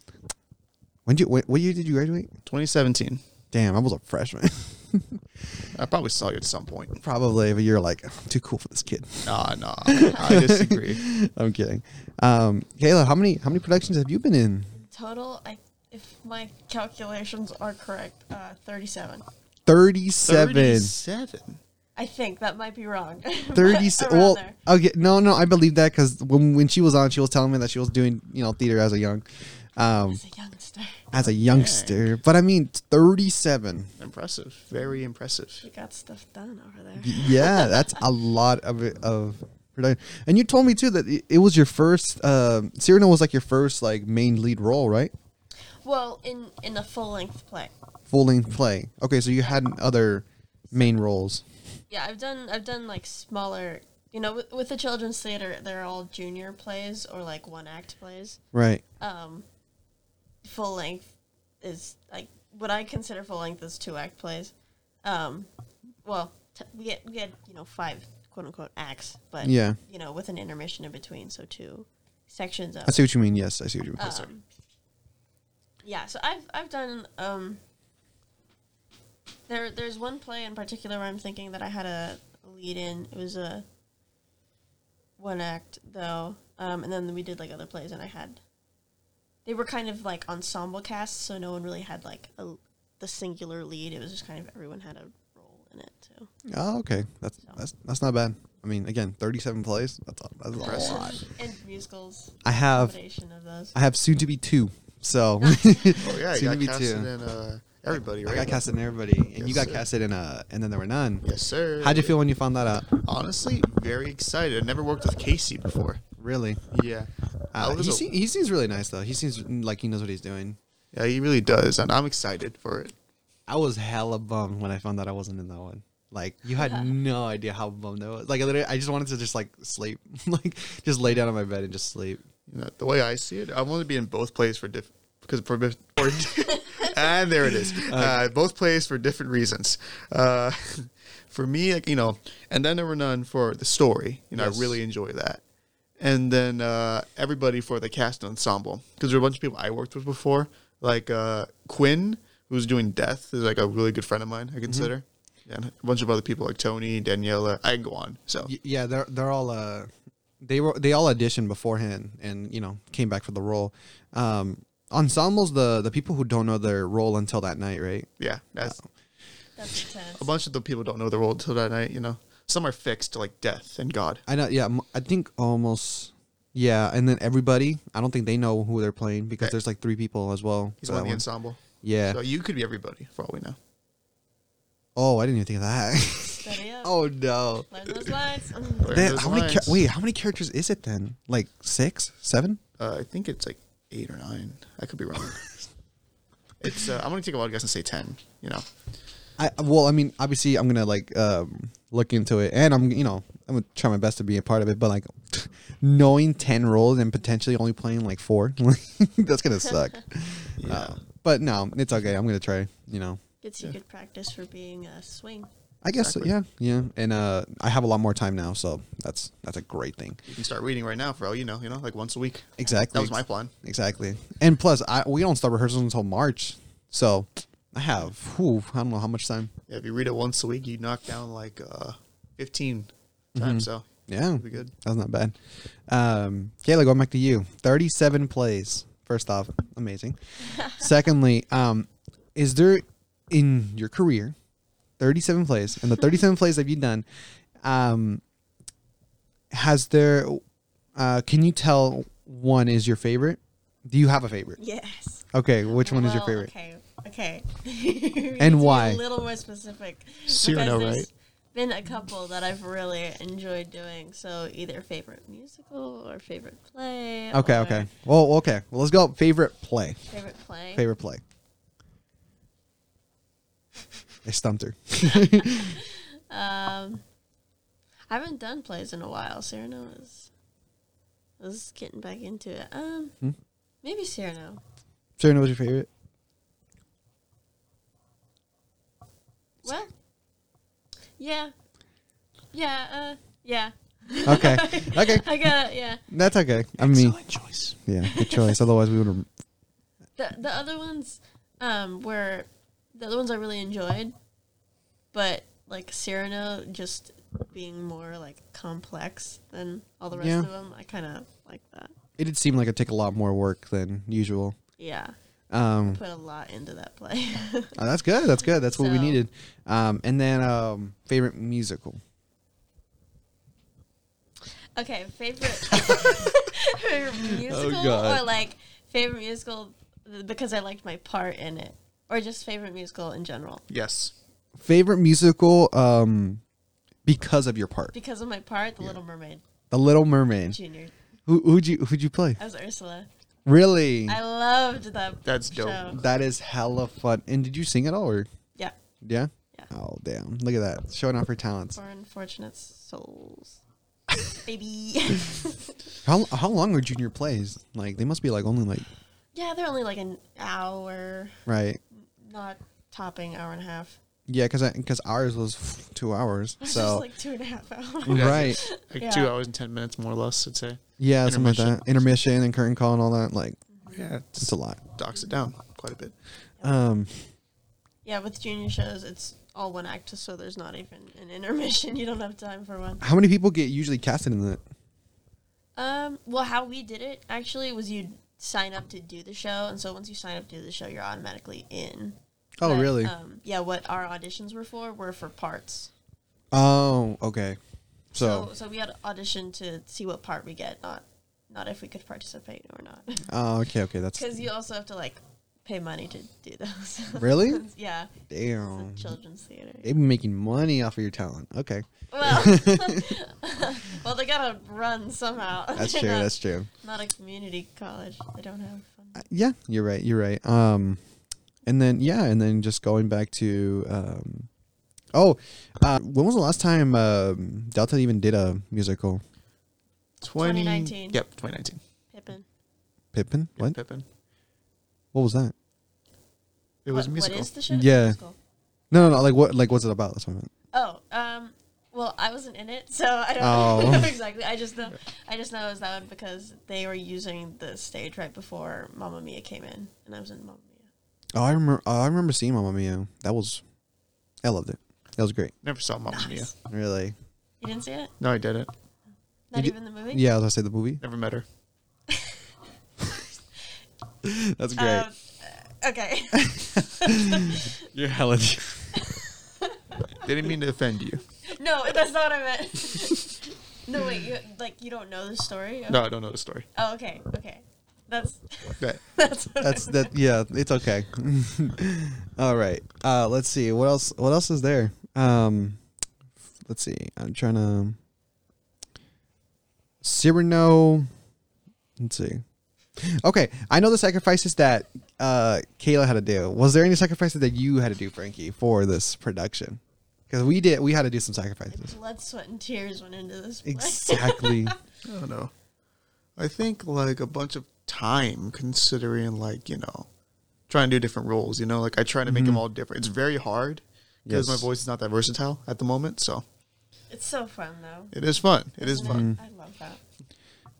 Speaker 1: when did you what, what year did you graduate?
Speaker 2: 2017.
Speaker 1: Damn, I was a freshman.
Speaker 2: I probably saw you at some point.
Speaker 1: Probably, but you're like too cool for this kid.
Speaker 2: Nah, nah. I disagree.
Speaker 1: I'm kidding. Um, Kayla, how many how many productions have you been in?
Speaker 3: Total, I if my calculations are correct, uh, thirty-seven.
Speaker 1: Thirty seven.
Speaker 2: 37.
Speaker 3: I think that might be wrong. but
Speaker 1: Thirty seven.
Speaker 3: around
Speaker 1: Well,
Speaker 3: there.
Speaker 1: okay, no, no, I believe that because when when she was on, she was telling me that she was doing you know theater as a young, um,
Speaker 3: As a youngster.
Speaker 1: as a youngster. But I mean, thirty seven.
Speaker 2: Impressive. Very impressive.
Speaker 3: You got stuff done over there.
Speaker 1: Yeah, that's a lot of of production. And you told me too that it, it was your first. Uh, Cyrano was like your first like main lead role, right?
Speaker 3: Well, in in a full length play.
Speaker 1: Full length play. Okay, so you had other main roles.
Speaker 3: Yeah, I've done I've done like smaller. You know, with, with the children's theater, they're all junior plays or like one act plays.
Speaker 1: Right.
Speaker 3: Um, full length is like what I consider full length is two act plays. Um, well, t- we had, we had you know five quote unquote acts, but
Speaker 1: Yeah.
Speaker 3: you know with an intermission in between, so two sections of.
Speaker 1: I see what you mean. Yes, I see what you mean.
Speaker 2: Oh.
Speaker 3: Um, yeah, so I've I've done um. There, there's one play in particular where I'm thinking that I had a lead in. It was a one act though, um, and then we did like other plays, and I had. They were kind of like ensemble casts, so no one really had like a, the singular lead. It was just kind of everyone had a role in it too.
Speaker 1: Oh, okay. That's that's that's not bad. I mean, again, thirty-seven plays. That's a, that's a lot.
Speaker 3: and musicals.
Speaker 1: I have-
Speaker 3: combination of those.
Speaker 1: I have soon to be two. So
Speaker 2: Oh, yeah.
Speaker 1: Soon
Speaker 2: You
Speaker 1: to
Speaker 2: got
Speaker 1: be
Speaker 2: casted
Speaker 1: two.
Speaker 2: in uh, everybody,
Speaker 1: I
Speaker 2: right?
Speaker 1: got casted in everybody, and you
Speaker 2: Yes,
Speaker 1: got
Speaker 2: sir.
Speaker 1: casted in uh, and then there were none.
Speaker 2: Yes, sir.
Speaker 1: How'd you feel when you found that out?
Speaker 2: Honestly, very excited. I've never worked with Casey before.
Speaker 1: Really?
Speaker 2: Yeah. I
Speaker 1: Uh,
Speaker 2: was
Speaker 1: he,
Speaker 2: a-
Speaker 1: se- he seems really nice though. He seems like he knows what he's doing.
Speaker 2: yeah, he really does, and I'm excited for it.
Speaker 1: I was hella bummed when I found out I wasn't in that one. Like you had no idea how bummed I was. Like I literally, I just wanted to just like sleep, like just lay down on my bed and just sleep.
Speaker 2: You know, the way I see it, I want to be in both plays for different because for, for and there it is, uh, both plays for different reasons. Uh, for me, like, you know, and then there were none for the story. You know,
Speaker 1: Yes.
Speaker 2: I really enjoy that, and then uh, everybody for the cast and ensemble because there were a bunch of people I worked with before, like uh, Quinn, who's doing Death, is like a really good friend of mine. I consider. And a bunch of other people like Tony, Daniela. I can go on. So
Speaker 1: Y- yeah they're they're all uh they were they all auditioned beforehand and you know came back for the role um ensembles the the people who don't know their role until that night right
Speaker 2: yeah, that's
Speaker 3: That's intense.
Speaker 2: a bunch of the people don't know the role until that night. You know, some are fixed like death and God.
Speaker 1: i know yeah m- i think almost Yeah, and then everybody, I don't think they know who they're playing because there's like three people as well.
Speaker 2: He's
Speaker 1: for that Eh.
Speaker 2: one of the
Speaker 1: one.
Speaker 2: ensemble.
Speaker 1: Yeah.
Speaker 2: So you could be everybody for all we know.
Speaker 1: Oh, I didn't even think of that.
Speaker 3: Study up.
Speaker 1: oh no.
Speaker 3: Learn those lines. Mm.
Speaker 2: Learn
Speaker 1: Then
Speaker 2: those
Speaker 1: how many?
Speaker 2: lines.
Speaker 1: Cha- wait, how many characters is it then? Like six, seven?
Speaker 2: Uh, I think it's like eight or nine. I could be wrong. it's. Uh, I'm gonna take a wild guess and say ten. You know,
Speaker 1: I well, I mean, obviously, I'm gonna like um, look into it, and I'm you know I'm gonna try my best to be a part of it, but like knowing ten roles and potentially only playing like four, like, that's gonna suck.
Speaker 2: Yeah.
Speaker 1: Uh, but no, it's okay. I'm gonna try. You know,
Speaker 3: Gets you good practice for being a swing.
Speaker 1: I guess
Speaker 2: Exactly.
Speaker 1: yeah, yeah, and uh, I have a lot more time now, so that's that's a great thing.
Speaker 2: you can start reading right now for all you know. You know, like once a week.
Speaker 1: Exactly.
Speaker 2: That was my plan.
Speaker 1: Exactly. And plus, I we don't start rehearsals until March, so I have. Whew, I don't know how much time.
Speaker 2: Yeah, if you read it once a week, you knock down like uh, 15 times.
Speaker 1: Mm-hmm.
Speaker 2: So
Speaker 1: Yeah,
Speaker 2: be good.
Speaker 1: That's not bad. Um, Kayla, going back to you. Thirty-seven plays. First off, amazing. Secondly, um, is there in your career thirty-seven plays, and the thirty-seven plays that you've done, um, has there? Uh, can you tell one is your favorite? Do you have a favorite?
Speaker 3: Yes.
Speaker 1: Okay, which one is your
Speaker 3: Well,
Speaker 1: favorite?
Speaker 3: Okay. Okay. We need to
Speaker 1: And
Speaker 3: be
Speaker 1: why?
Speaker 3: A little more specific.
Speaker 2: Cyrano,
Speaker 3: because there's
Speaker 2: right?
Speaker 3: Been a couple that I've really enjoyed doing. So either favorite musical or favorite play.
Speaker 1: Okay,
Speaker 3: or
Speaker 1: okay. Well, okay. Well, let's go. Favorite play.
Speaker 3: Favorite play.
Speaker 1: Favorite play. I stumped her.
Speaker 3: Um, I haven't done plays in a while. Cyrano is was getting back into it. Um,
Speaker 1: Hmm?
Speaker 3: maybe Cyrano.
Speaker 1: Serena, what's your favorite?
Speaker 3: Well, yeah, yeah, uh, yeah.
Speaker 1: Okay. Okay.
Speaker 3: I got it. Yeah.
Speaker 1: That's okay. I mean,
Speaker 2: choice.
Speaker 1: yeah, good choice. Otherwise, we would have.
Speaker 3: The the other ones, um, were the other ones I really enjoyed, but like Cyrano just being more like complex than all the rest
Speaker 1: Yeah.
Speaker 3: of them. I kind of like that.
Speaker 1: It did seem like it took a lot more work than usual.
Speaker 3: Yeah,
Speaker 1: Um,
Speaker 3: put a lot into that play.
Speaker 1: oh, that's good. That's good. That's what we
Speaker 3: So-
Speaker 1: needed. Um, and then um, favorite musical.
Speaker 3: Okay, favorite, favorite musical
Speaker 1: God.
Speaker 3: or like favorite musical th- because I liked my part in it, or just favorite musical in general
Speaker 2: Yes.
Speaker 1: Favorite musical. Um, because of your part,
Speaker 3: because of my part, The Little Mermaid
Speaker 1: The Little Mermaid.
Speaker 3: Junior.
Speaker 1: Who who'd you who'd you play?
Speaker 3: I was Ursula.
Speaker 1: Really?
Speaker 3: I loved that.
Speaker 2: Mm. That's dope.
Speaker 3: show.
Speaker 1: That is hella fun. And did you sing at all or?
Speaker 3: Yeah,
Speaker 1: Yeah.
Speaker 3: Yeah.
Speaker 1: Oh damn! Look at that, showing off her talents.
Speaker 3: for unfortunate souls, baby.
Speaker 1: How how long are junior plays? Like they must be like only like
Speaker 3: yeah, they're only like an hour,
Speaker 1: right.
Speaker 3: not topping hour and a half.
Speaker 1: Yeah, because because ours was two hours.
Speaker 3: It's just
Speaker 1: So
Speaker 3: like two and a half hours.
Speaker 2: Yeah.
Speaker 1: right.
Speaker 2: Like
Speaker 3: Yeah.
Speaker 2: two hours and 10 minutes, more or less, I'd say.
Speaker 1: Yeah, something like
Speaker 2: Intermission.
Speaker 1: that. Intermission and curtain call and all that. Like
Speaker 2: Yeah.
Speaker 1: it's a lot.
Speaker 2: Docks it down quite a bit.
Speaker 1: Um,
Speaker 3: Yeah, with junior shows, it's all one act, so there's not even an intermission. You don't have time for one.
Speaker 1: how many people get usually casted in that?
Speaker 3: Um, well, how we did it actually was you'd sign up to do the show, and so once you sign up to do the show, you're automatically in.
Speaker 1: Oh
Speaker 3: But,
Speaker 1: really?
Speaker 3: Um, yeah, what our auditions were for were for parts.
Speaker 1: oh okay. So,
Speaker 3: so, so we had to audition to see what part we get, not not if we could participate or not,
Speaker 1: oh okay okay that's
Speaker 3: because you also have to like pay money to do those.
Speaker 1: Really?
Speaker 3: yeah,
Speaker 1: damn.
Speaker 3: children's theater.
Speaker 1: They be making money off of your talent. Okay,
Speaker 3: Well, well, they gotta run somehow.
Speaker 1: that's
Speaker 3: They're
Speaker 1: true.
Speaker 3: not-
Speaker 1: That's true.
Speaker 3: Not a community college. They don't have fun.
Speaker 1: yeah you're right you're right um and then yeah and then just going back to um oh uh when was the last time um delta even did a musical
Speaker 2: 20,
Speaker 3: 2019.
Speaker 2: Yep, 2019.
Speaker 3: Pippin.
Speaker 1: pippin
Speaker 2: What?
Speaker 1: what
Speaker 2: Pippin.
Speaker 1: what was that
Speaker 2: It was
Speaker 3: What-
Speaker 2: a musical.
Speaker 3: What is the show?
Speaker 1: Yeah.
Speaker 3: Musical.
Speaker 1: no no no like what like what's it about that's what i meant
Speaker 3: Oh, um, well, I wasn't in it, so I don't
Speaker 1: Oh.
Speaker 3: know exactly. I just know, I just know it was that one because they were using the stage right before Mamma Mia came in, and I was in Mamma Mia.
Speaker 1: oh i remember oh, i remember seeing mamma mia that was i loved it that was great
Speaker 2: Never saw Mamma Mia.
Speaker 3: Nice.
Speaker 1: really
Speaker 3: You didn't see it?
Speaker 2: No, I didn't.
Speaker 3: Not
Speaker 1: did-
Speaker 3: even the movie.
Speaker 1: yeah i was gonna say the movie
Speaker 2: Never met her.
Speaker 1: that's
Speaker 3: Um, uh, okay.
Speaker 1: you're hella
Speaker 2: Didn't mean to offend you.
Speaker 3: no, that's not what I meant. No, wait. You, like you don't know the story?
Speaker 2: No, I don't know the story.
Speaker 3: Oh, okay. Okay. That's
Speaker 2: That-
Speaker 3: that's what
Speaker 1: That's that. Yeah, it's okay. All right. Uh, let's see. What else? What else is there? Um, let's see. I'm trying to. Cyrano. Let's see. Okay, I know the sacrifices that uh, Kayla had to do. Was there any sacrifices that you had to do, Frankie, for this production? Because we did. We had to do some sacrifices.
Speaker 3: blood, sweat, and tears went into this. play.
Speaker 1: Exactly.
Speaker 2: I don't know. I think like a bunch of time considering like, you know, trying to do different roles, you know, like I try to make them all different. It's very hard because
Speaker 1: Mm-hmm. Yes.
Speaker 2: my voice is not that versatile at the moment, so
Speaker 3: It's so fun though.
Speaker 2: it is fun. It is
Speaker 1: Mm-hmm.
Speaker 2: fun.
Speaker 3: I love that.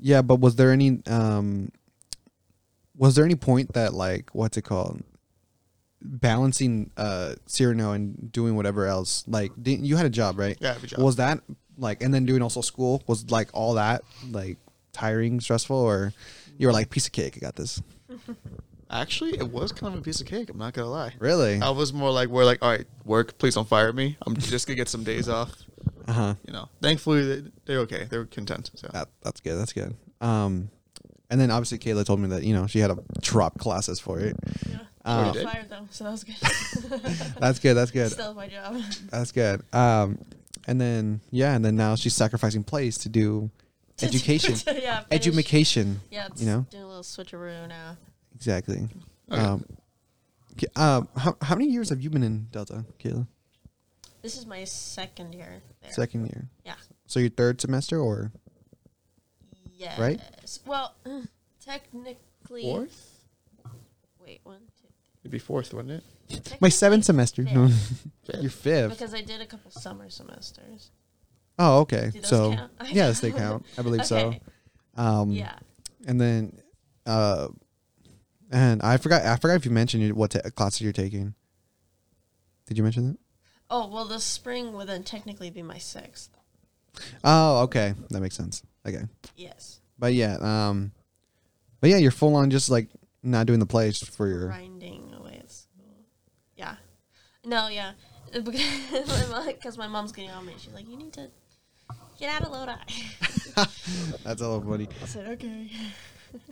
Speaker 1: Yeah, but was there any um was there any point that like what's it called balancing uh Cyrano and doing whatever else like didn't, you had a job right?
Speaker 2: Yeah, I have a job.
Speaker 1: Was that like and then doing also school was like all that like tiring, stressful, or you were like piece of cake? I got this.
Speaker 2: Actually, it was kind of a piece of cake, I'm not gonna lie.
Speaker 1: Really?
Speaker 2: I was more like we're like, all right, work, please don't fire me. I'm just gonna get some days off.
Speaker 1: Uh huh.
Speaker 2: You know. Thankfully they they're okay. They're content. So
Speaker 1: That that's good. That's good. Um, and then obviously Kayla told me that you know she had to drop classes for it.
Speaker 3: Yeah.
Speaker 1: Oh,
Speaker 3: I
Speaker 2: you
Speaker 3: got
Speaker 2: did?
Speaker 3: fired though, so that was good.
Speaker 1: That's good. That's good.
Speaker 3: Still my job.
Speaker 1: That's good. Um, and then yeah, and then now she's sacrificing plays to do education,
Speaker 3: yeah. finish-
Speaker 1: edumacation.
Speaker 3: Yeah. It's
Speaker 1: you know
Speaker 3: Doing a little switcheroo now.
Speaker 1: exactly.
Speaker 2: Okay.
Speaker 1: Um, K- um, how how many years have you been in Delta, Kayla?
Speaker 3: This is my second year. There.
Speaker 1: Second year.
Speaker 3: Yeah.
Speaker 1: So your third semester or
Speaker 3: Yes.
Speaker 1: Right?
Speaker 3: Well, technically.
Speaker 2: fourth?
Speaker 3: Wait, one, two.
Speaker 2: It'd be fourth, wouldn't it?
Speaker 1: my seventh
Speaker 3: Technically
Speaker 1: semester? No,
Speaker 3: fifth,
Speaker 1: your fifth.
Speaker 3: because I did a couple summer semesters.
Speaker 1: Oh, okay.
Speaker 3: Do those
Speaker 1: So
Speaker 3: count? I
Speaker 1: yes, they
Speaker 3: don't-
Speaker 1: count. I believe
Speaker 3: Okay.
Speaker 1: so. Um,
Speaker 3: Yeah.
Speaker 1: And then, uh, and I forgot. I forgot if you mentioned what ta classes you're taking. Did you mention that?
Speaker 3: Oh well, the spring would then technically be my sixth.
Speaker 1: Oh, okay. That makes sense. Okay.
Speaker 3: Yes.
Speaker 1: But yeah, um, but yeah, you're full on just like not doing the plays for your.
Speaker 3: grinding away at school. Yeah. No, yeah. Because my mom's getting on me. She's like, you need to get out of Lodi.
Speaker 1: That's all funny.
Speaker 3: I said, okay.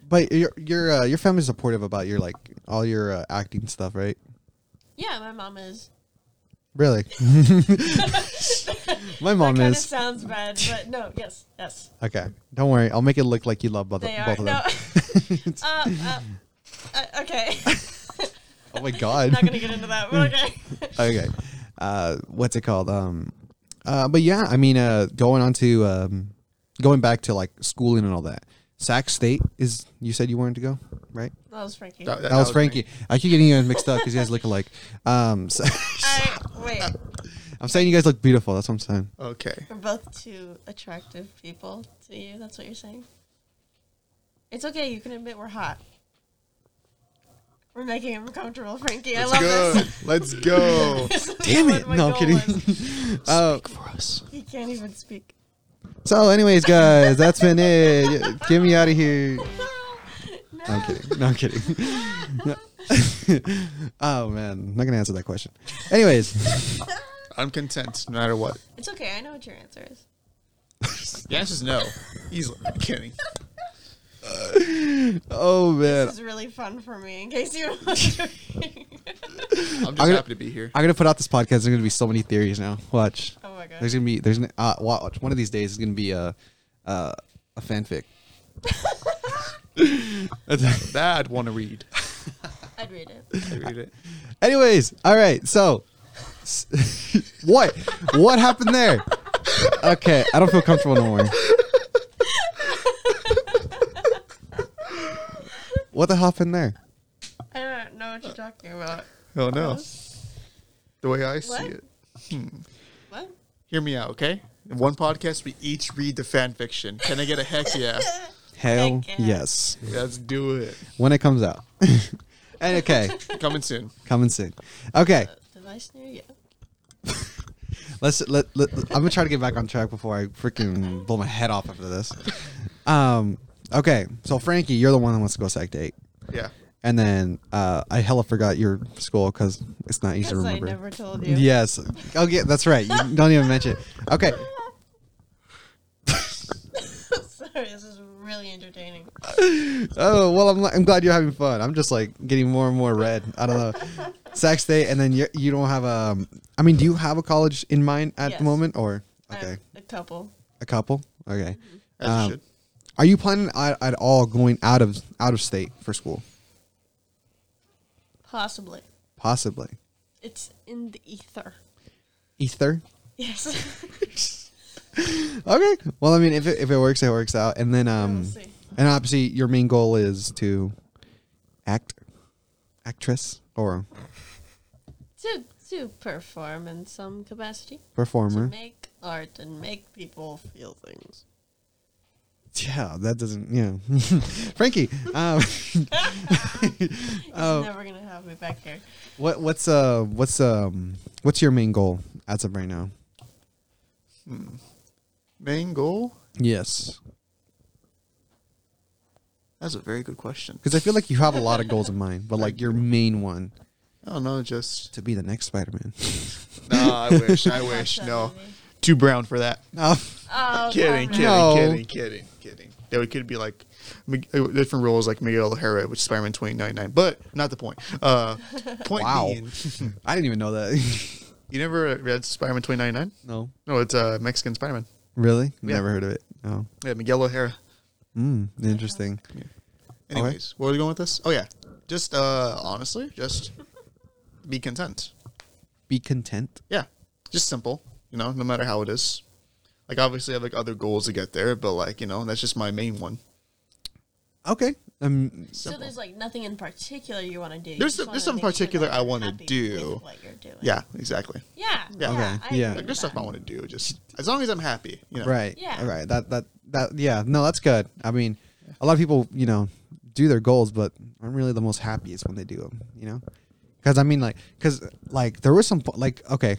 Speaker 1: But your your uh, your family's supportive about your like all your uh, acting stuff, right?
Speaker 3: Yeah, my mom is.
Speaker 1: Really? My mom
Speaker 3: that kind of
Speaker 1: is
Speaker 3: sounds bad, but no, yes, yes.
Speaker 1: okay. Don't worry, I'll make it look like you love both,
Speaker 3: They
Speaker 1: both
Speaker 3: are.
Speaker 1: of them.
Speaker 3: No. uh, uh, uh, okay.
Speaker 1: oh my god.
Speaker 3: Not going to get into that, but okay.
Speaker 1: okay. Uh, what's it called? Um, uh, but yeah, I mean, uh, going on to um, going back to like schooling and all that. Sac State is you said you wanted to go, right?
Speaker 3: that was Frankie.
Speaker 2: That-
Speaker 1: That, was,
Speaker 2: was
Speaker 1: Frankie. I keep getting you guys mixed up because you guys look alike. Um, so-
Speaker 3: I, wait,
Speaker 1: I'm saying you guys look beautiful. That's what I'm saying.
Speaker 2: Okay.
Speaker 3: we're both too attractive people to you. That's what you're saying? It's okay. You can admit we're hot. We're making him comfortable, Frankie. I love this.
Speaker 2: Let's go.
Speaker 1: Damn
Speaker 3: what
Speaker 1: it!
Speaker 3: my
Speaker 1: No, I'm
Speaker 3: goal
Speaker 1: kidding. Uh,
Speaker 2: for us.
Speaker 3: He can't even speak.
Speaker 1: so, anyways, guys, that's been it. Get me out of here.
Speaker 3: No.
Speaker 1: No, I'm kidding. No, I'm kidding. oh man, I'm not gonna answer that question. Anyways,
Speaker 2: I'm content no matter what.
Speaker 3: It's okay. I know what your answer is.
Speaker 2: The answer's no. Easily. I'm kidding.
Speaker 1: oh man,
Speaker 3: This is really fun for me, in case you were wondering.
Speaker 2: I'm just
Speaker 1: gonna-
Speaker 2: happy to be here.
Speaker 1: I'm gonna put out this podcast. There's gonna be so many theories now. Watch.
Speaker 3: Oh my God.
Speaker 1: There's gonna be there's gonna- uh, watch one of these days is gonna be a uh, a fanfic. That's-
Speaker 2: That I'd want to read.
Speaker 3: I'd read it.
Speaker 2: I read it.
Speaker 1: Anyways, all right. So, s- what what happened there? Okay, I don't feel comfortable no more. What the hell happened there?
Speaker 3: I don't know what you're talking about.
Speaker 2: Oh no. The way I
Speaker 3: What?
Speaker 2: see it.
Speaker 3: What?
Speaker 2: Hear me out, okay? In one podcast, we each read the fan fiction. Can I get a heck yeah?
Speaker 1: Hell
Speaker 3: Heck yeah.
Speaker 1: yes.
Speaker 2: Let's do it.
Speaker 1: When it comes out. and okay,
Speaker 2: Coming soon.
Speaker 1: coming soon. Okay,
Speaker 3: Device near you.
Speaker 1: let's let, let I'm gonna try to get back on track before I freaking blow my head off after this. Um. Okay, so Frankie, you're the one that wants to go sack date.
Speaker 2: Yeah.
Speaker 1: And then uh, I hella forgot your school because it's not easy to
Speaker 3: Because I
Speaker 1: remember. Oh,
Speaker 3: never told you.
Speaker 1: Yes. Okay, that's right. You don't even mention it. Okay.
Speaker 3: really entertaining.
Speaker 1: Oh well, I'm I'm glad you're having fun. I'm just like getting more and more red. I don't know. Sac State, and then you you don't have um. I mean, do you have a college in mind at
Speaker 3: Yes.
Speaker 1: the moment, or
Speaker 3: Um,
Speaker 1: okay,
Speaker 3: a couple.
Speaker 1: a couple? Okay.
Speaker 2: As you
Speaker 1: Um,
Speaker 2: should.
Speaker 1: Are you planning at, at all going out of out of state for school?
Speaker 3: Possibly.
Speaker 1: Possibly.
Speaker 3: It's in the ether.
Speaker 1: Ether.
Speaker 3: Yes.
Speaker 1: Okay. Well, I mean, if it, if it works, it works out. And then um,
Speaker 3: we'll see.
Speaker 1: and obviously your main goal is to act, actress or
Speaker 3: to to perform in some capacity.
Speaker 1: performer.
Speaker 3: To make art and make people feel things.
Speaker 1: Yeah, that doesn't. Yeah, Frankie. Um,
Speaker 3: He's
Speaker 1: Oh.
Speaker 3: never gonna have me back here.
Speaker 1: what what's uh what's um what's your main goal as of right now?
Speaker 2: Main goal?
Speaker 1: Yes,
Speaker 2: That's a very good question.
Speaker 1: because I feel like you have a lot of goals in mind, but like your main one
Speaker 2: I don't know, just
Speaker 1: to be the next Spider Man.
Speaker 2: no. I wish, I wish,
Speaker 3: that
Speaker 2: no.
Speaker 3: movie.
Speaker 2: Too brown for that.
Speaker 1: no,
Speaker 3: Oh,
Speaker 2: kidding,
Speaker 3: Barbara.
Speaker 2: kidding,
Speaker 1: No.
Speaker 2: kidding, kidding, kidding. There would- could be like mig- uh, different roles, like Miguel O'Hara, which is Spider-Man 2099, but not the point. Uh, point
Speaker 1: Wow.
Speaker 2: being,
Speaker 1: I didn't even know that.
Speaker 2: you never read Spider-Man 2099?
Speaker 1: no,
Speaker 2: No, it's uh, Mexican Spider-Man.
Speaker 1: really,
Speaker 2: Yeah.
Speaker 1: never heard of it. Oh,
Speaker 2: Yeah, Miguel O'Hara.
Speaker 1: mm, interesting. Okay.
Speaker 2: Anyways, where are we going with this? Oh yeah, just uh, honestly, just be content.
Speaker 1: Be content.
Speaker 2: Yeah, just simple. You know, no matter how it is. Like obviously, I have like other goals to get there, but like you know, that's just my main one.
Speaker 1: Okay. Um.
Speaker 3: So there's like nothing in particular you want to do. You
Speaker 2: There's
Speaker 3: just
Speaker 2: some-
Speaker 3: wanna
Speaker 2: there's some
Speaker 3: make that
Speaker 2: particular
Speaker 3: you're
Speaker 2: I wanna
Speaker 3: happy
Speaker 2: do.
Speaker 3: with What you're doing.
Speaker 2: Yeah, exactly.
Speaker 3: Yeah.
Speaker 2: Yeah.
Speaker 3: Yeah.
Speaker 1: Okay,
Speaker 3: I
Speaker 1: yeah.
Speaker 3: agree
Speaker 2: Like
Speaker 3: with
Speaker 2: there's stuff
Speaker 3: that.
Speaker 2: I want to do. Just as long as I'm happy, you know.
Speaker 1: Right.
Speaker 3: Yeah.
Speaker 1: All right. That that that yeah. No, that's good. I mean, a lot of people, you know, do their goals, but aren't really the most happiest when they do them. You know, because I mean, like, because like there was some po- like okay,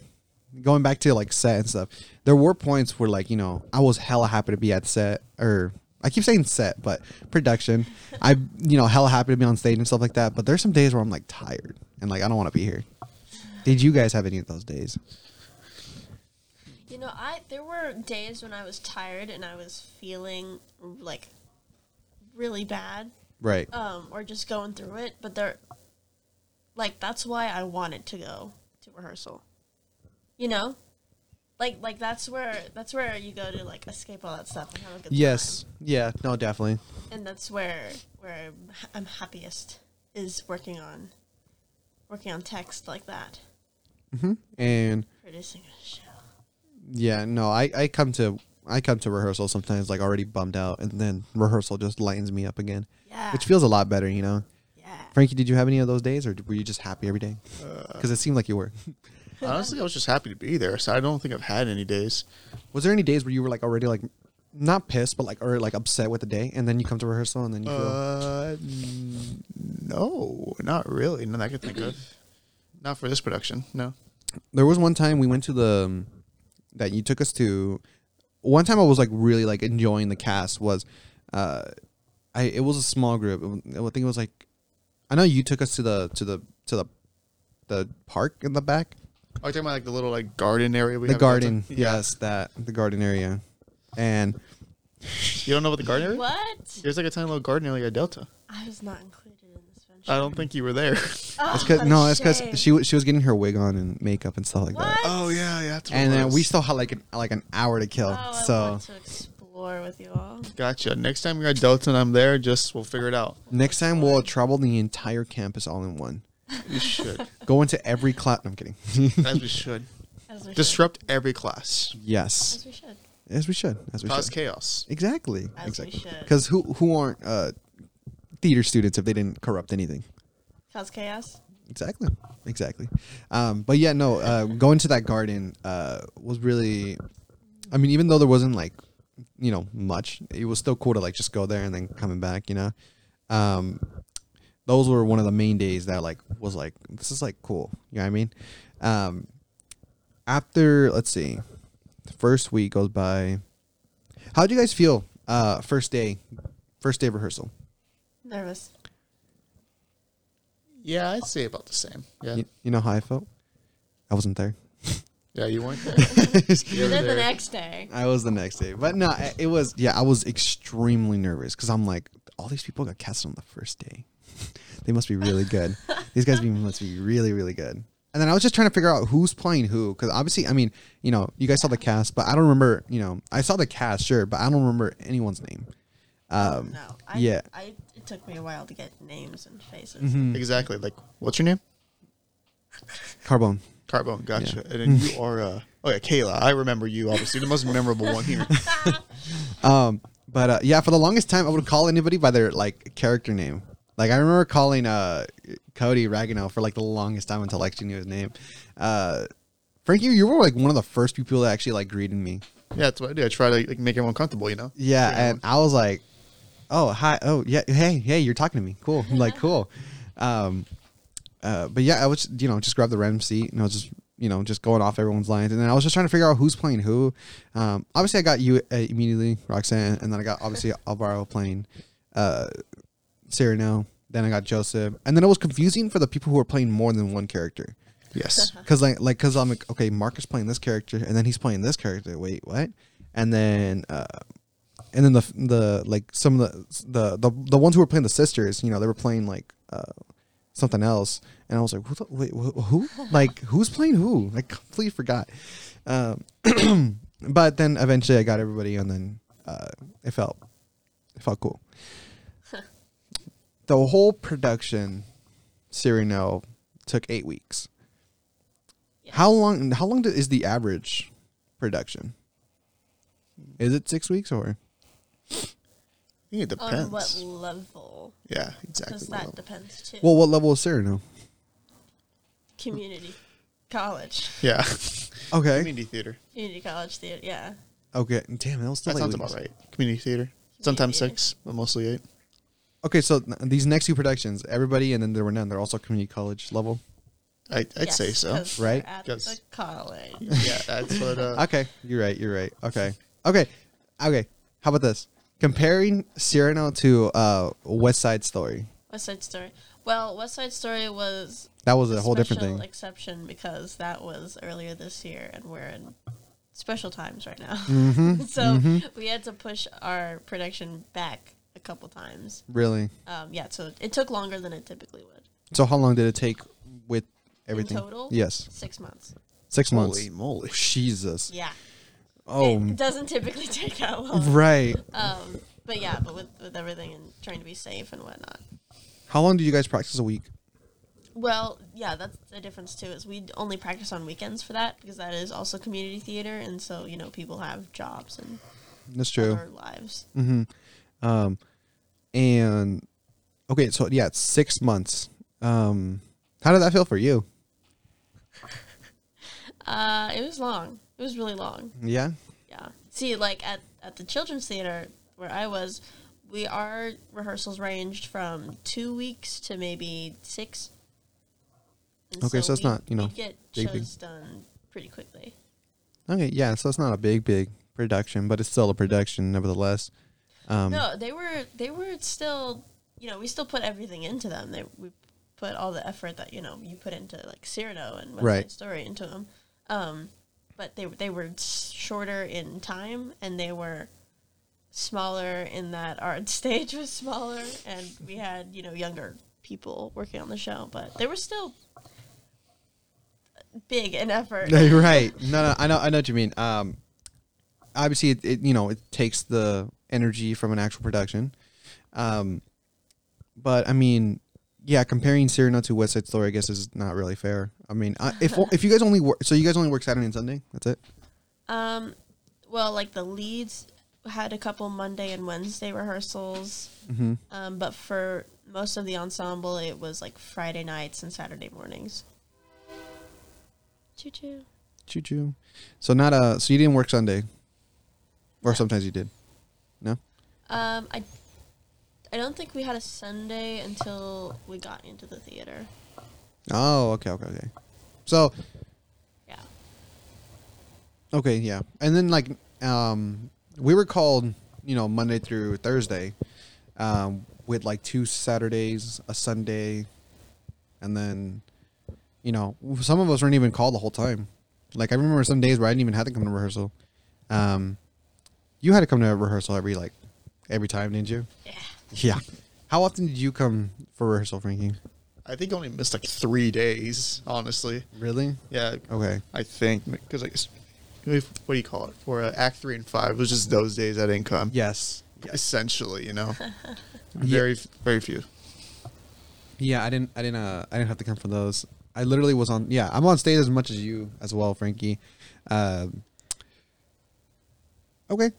Speaker 1: going back to like set and stuff. There were points where like you know I was hella happy to be at set or. I keep saying set, but production. I, you know, hella happy to be on stage and stuff like that. But there's some days where I'm like tired and like I don't want to be here. Did you guys have any of those days?
Speaker 3: You know, I there were days when I was tired and I was feeling like really bad,
Speaker 1: Right.
Speaker 3: um, or just going through it. But there, like that's why I wanted to go to rehearsal. You know, like like that's where that's where you go to like escape all that stuff and have a good
Speaker 1: yes. Yeah. No. Definitely.
Speaker 3: time. And that's where where I'm ha- I'm happiest is working on working on text like that,
Speaker 1: And
Speaker 3: producing a show.
Speaker 1: Yeah, no, I, I come to I come to rehearsal sometimes like already bummed out, and then rehearsal just lightens me up again,
Speaker 3: Yeah,
Speaker 1: which feels a lot better, you know.
Speaker 3: yeah.
Speaker 1: Frankie, did you have any of those days, or were you just happy every day? Because it seemed like you were.
Speaker 2: Honestly, I was just happy to be there, so I don't think I've had any days.
Speaker 1: Was there any days where you were like already like not pissed, but like or like upset with the day, and then you come to rehearsal and then you feel
Speaker 2: Uh, n- no, not really. None I can think of. Not for this production. No.
Speaker 1: there was one time we went to the um, that you took us to one time i was like really like enjoying the cast was uh i it was a small group i think it was like i know you took us to the to the to the the park in the back
Speaker 2: Are you Oh, talking about like the little like garden area? We
Speaker 1: the
Speaker 2: have outside?
Speaker 1: garden
Speaker 2: Yeah.
Speaker 1: yes that the garden area and
Speaker 2: You don't know about the garden area?
Speaker 3: What?
Speaker 2: There's like a tiny little garden area at Delta.
Speaker 3: I was not included in this venture.
Speaker 2: I don't think you were there.
Speaker 3: Oh,
Speaker 1: that's 'cause- no that's because she was she was getting her wig on and makeup and stuff like
Speaker 3: What?
Speaker 1: that
Speaker 2: oh yeah, yeah. That's what
Speaker 1: and
Speaker 2: it
Speaker 1: then
Speaker 2: was.
Speaker 1: we still had like an, like an hour to kill
Speaker 3: Oh,
Speaker 1: so
Speaker 3: I want to explore with you all.
Speaker 2: gotcha. Next time you're at Delta and I'm there, just we'll figure it out.
Speaker 1: next time we'll trouble the entire campus all in one
Speaker 2: You should,
Speaker 1: go into every class no, i'm kidding
Speaker 2: as we should,
Speaker 3: As we should.
Speaker 2: disrupt every class,
Speaker 1: Yes,
Speaker 3: As we should.
Speaker 1: as we should. As we
Speaker 2: cause
Speaker 1: should.
Speaker 2: chaos.
Speaker 1: Exactly.
Speaker 3: As we
Speaker 1: exactly.
Speaker 3: should.
Speaker 1: Because who who aren't uh, theater students if they didn't corrupt anything?
Speaker 3: Cause chaos.
Speaker 1: Exactly. Exactly. Um, but yeah, no. Uh, going to that garden uh, was really. I mean, even though there wasn't like, you know, much, it was still cool to like just go there and then coming back. You know, um, those were one of the main days that like was like this is like cool. You know what I mean? Um, after let's see, the first week goes by. How do you guys feel? Uh, first day, first day of rehearsal.
Speaker 3: Nervous.
Speaker 2: Yeah, I'd say about the same. Yeah.
Speaker 1: You, you know how I felt? I wasn't there.
Speaker 2: Yeah, you weren't there.
Speaker 3: You're
Speaker 2: were
Speaker 3: there the
Speaker 2: there.
Speaker 3: next day.
Speaker 1: I was the next day, but no, I- it was yeah. I was extremely nervous because I'm like, all these people got casted on the first day. they must be really good. these guys be, must be really really good. And then I was just trying to figure out who's playing who because obviously, I mean, you know, you guys saw the cast, but I don't remember. You know, I saw the cast, sure, but I don't remember anyone's name. Um,
Speaker 3: No, I,
Speaker 1: Yeah. Mm-hmm.
Speaker 3: I it took me a while to get names and faces.
Speaker 2: exactly. Like, what's your name?
Speaker 1: Carbone.
Speaker 2: Carbone. Gotcha. And then you are. Uh, oh yeah, Kayla. I remember you. Obviously, the most memorable one here.
Speaker 1: Um, but uh, yeah, for the longest time, I would call anybody by their like character name. Like I remember calling uh Cody Raganow for like the longest time until I actually knew his name. Uh, Frankie, you were like one of the first people that actually like greeted me.
Speaker 2: Yeah, that's what I do. I try to like, make everyone comfortable. You know.
Speaker 1: Yeah,
Speaker 2: Bring
Speaker 1: and I was like, "Oh, hi. Oh, yeah. Hey, hey, you're talking to me. Cool. I'm like, cool." Um, uh, but yeah, I was you know just grab the random seat and I was just you know just going off everyone's lines, and then I was just trying to figure out who's playing who. Um, obviously, I got you uh, immediately, Roxanne, and then I got obviously Alvaro playing uh, Cyrano. Then I got Joseph, and then it was confusing for the people who were playing more than one character.
Speaker 2: Yes.
Speaker 3: Uh-huh.
Speaker 1: Cause like like cause I'm like okay Marcus playing this character and then he's playing this character wait what and then uh, and then the the like some of the the the, the ones who were playing the sisters you know they were playing like uh, something else and I was like who the, wait wh- who like who's playing who I completely forgot um, but then eventually I got everybody and then uh, it felt it felt cool the whole production Cyrano took eight weeks. How long? How long do, is the average production? Is it six weeks or?
Speaker 2: I think it
Speaker 3: On what
Speaker 2: depends.
Speaker 3: level?
Speaker 2: Yeah, exactly. what
Speaker 3: Because that
Speaker 2: level.
Speaker 3: depends too.
Speaker 1: Well, what level is Cyrano?
Speaker 3: community college,
Speaker 2: Yeah.
Speaker 1: Okay.
Speaker 2: Community theater.
Speaker 3: community college theater. Yeah,
Speaker 1: okay. Damn, that was still
Speaker 2: That
Speaker 1: eight
Speaker 2: sounds
Speaker 1: weeks.
Speaker 2: about right. Community theater. Sometimes
Speaker 3: theater.
Speaker 2: six, but mostly eight.
Speaker 1: Okay, so th- these next two productions, everybody, and then there were none. They're also community college level.
Speaker 2: I, I'd
Speaker 3: Yes,
Speaker 2: say so.
Speaker 3: 'cause
Speaker 1: Right?
Speaker 3: they're At
Speaker 2: Yes.
Speaker 3: the college.
Speaker 2: yeah, that's what. Uh,
Speaker 1: Okay, you're right. You're right. Okay, okay, okay. How about this? Comparing Cyrano to uh, West Side Story,
Speaker 3: West Side Story. Well, West Side Story was
Speaker 1: that was a whole different
Speaker 3: special
Speaker 1: thing.
Speaker 3: Exception because that was earlier this year, and we're in special times right now.
Speaker 1: Mm-hmm.
Speaker 3: so we had to push our production back a couple times.
Speaker 1: really?
Speaker 3: Um, yeah, so it took longer than it typically would.
Speaker 1: So how long did it take with everything?
Speaker 3: total?
Speaker 1: Yes,
Speaker 3: Six months.
Speaker 1: six months.
Speaker 2: Holy moly.
Speaker 1: Jesus.
Speaker 3: Yeah.
Speaker 1: Oh,
Speaker 3: It doesn't typically take that long.
Speaker 1: right.
Speaker 3: Um, but yeah, but with, with everything and trying to be safe and whatnot.
Speaker 1: How long do you guys practice a week?
Speaker 3: Well, yeah, that's the difference too. Is we only practice on weekends for that because that is also community theater, and so you know people have jobs and
Speaker 1: That's true.
Speaker 3: other lives.
Speaker 1: Um, and okay, so yeah, it's six months. Um, how did that feel for you?
Speaker 3: Uh, it was long. It was really long.
Speaker 1: Yeah.
Speaker 3: Yeah. See, like at, at the children's theater where I was, we our rehearsals ranged from two weeks to maybe six. And
Speaker 1: Okay, so it's
Speaker 3: we-
Speaker 1: not, you know,
Speaker 3: we get
Speaker 1: big,
Speaker 3: shows
Speaker 1: big.
Speaker 3: done pretty quickly.
Speaker 1: Okay. Yeah. So it's not a big, big production, but it's still a production, nevertheless. Um,
Speaker 3: No, they were they were still you know we still put everything into them. They we put all the effort that you know you put into like Cyrano and West Side
Speaker 1: Right.
Speaker 3: Story into them. Um, but they they were s- shorter in time and they were smaller in that our stage was smaller and we had you know younger people working on the show, but they were still big in effort.
Speaker 1: No, you're right. No, no, I know, I know what you mean. Um, obviously, it, it you know it takes the energy from an actual production, um, but I mean, yeah, comparing Cyrano to West Side Story, I guess is not really fair. I mean, I, if if you guys only work, so you guys only work Saturday and Sunday. That's it.
Speaker 3: Um, well, like the leads had a couple Monday and Wednesday rehearsals, um, but for most of the ensemble, it was like Friday nights and Saturday mornings. Choo choo.
Speaker 1: Choo choo. So not a so you didn't work Sunday, or sometimes you did. No.
Speaker 3: Um, I, I don't think we had a Sunday until we got into the theater.
Speaker 1: Oh, okay, okay, okay. So
Speaker 3: Yeah.
Speaker 1: Okay, yeah. And then like um we were called, you know, Monday through Thursday, um, with like two Saturdays, a Sunday, and then you know, some of us weren't even called the whole time. Like I remember some days where I didn't even have to come to rehearsal. Um, you had to come to a rehearsal every like every time, didn't you?
Speaker 3: Yeah.
Speaker 1: Yeah. How often did you come for rehearsal, Frankie?
Speaker 2: I think I only missed like three days, honestly.
Speaker 1: Really?
Speaker 2: Yeah,
Speaker 1: Okay.
Speaker 2: I think because like, s- if- what do you call it for uh, Act Three and Five? It was just those days I didn't come.
Speaker 1: Yes.
Speaker 2: essentially, you know, very f- very few.
Speaker 1: Yeah, I didn't. I didn't. Uh, I didn't have to come for those. I literally was on. Yeah, I'm on stage as much as you as well, Frankie. Um, okay.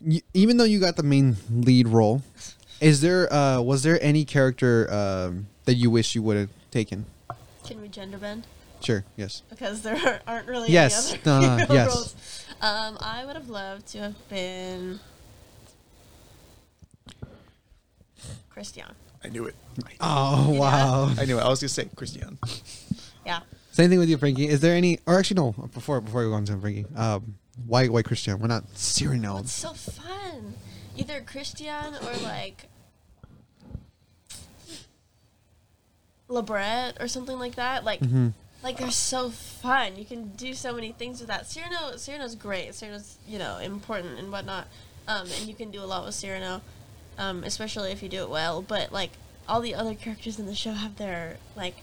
Speaker 1: Y- even though you got the main lead role, is there? Uh, was there any character um, that you wish you would have taken?
Speaker 3: Can we gender bend?
Speaker 1: Sure. Yes.
Speaker 3: Because there aren't- aren't really
Speaker 1: Yes,
Speaker 3: any other
Speaker 1: uh,
Speaker 3: hero
Speaker 1: yes.
Speaker 3: roles. Um, I would have loved to have been Christian.
Speaker 2: I knew it. I,
Speaker 1: Oh
Speaker 3: Yeah.
Speaker 1: wow.
Speaker 2: I knew it. I was gonna say Christian.
Speaker 3: Yeah.
Speaker 1: Same thing with you, Frankie. Is there any? Or actually, no. Before before we go on to Frankie, um, why why Christian? We're not Cyrano.
Speaker 3: It's so fun. Either Christian or like Labret or something like that. Like
Speaker 1: Mm-hmm.
Speaker 3: like they're so fun. You can do so many things with that. Cyrano Cyrano's great. Cyrano's, you know, important and whatnot. Um, and you can do a lot with Cyrano. Um, especially if you do it well. But like all the other characters in the show have their like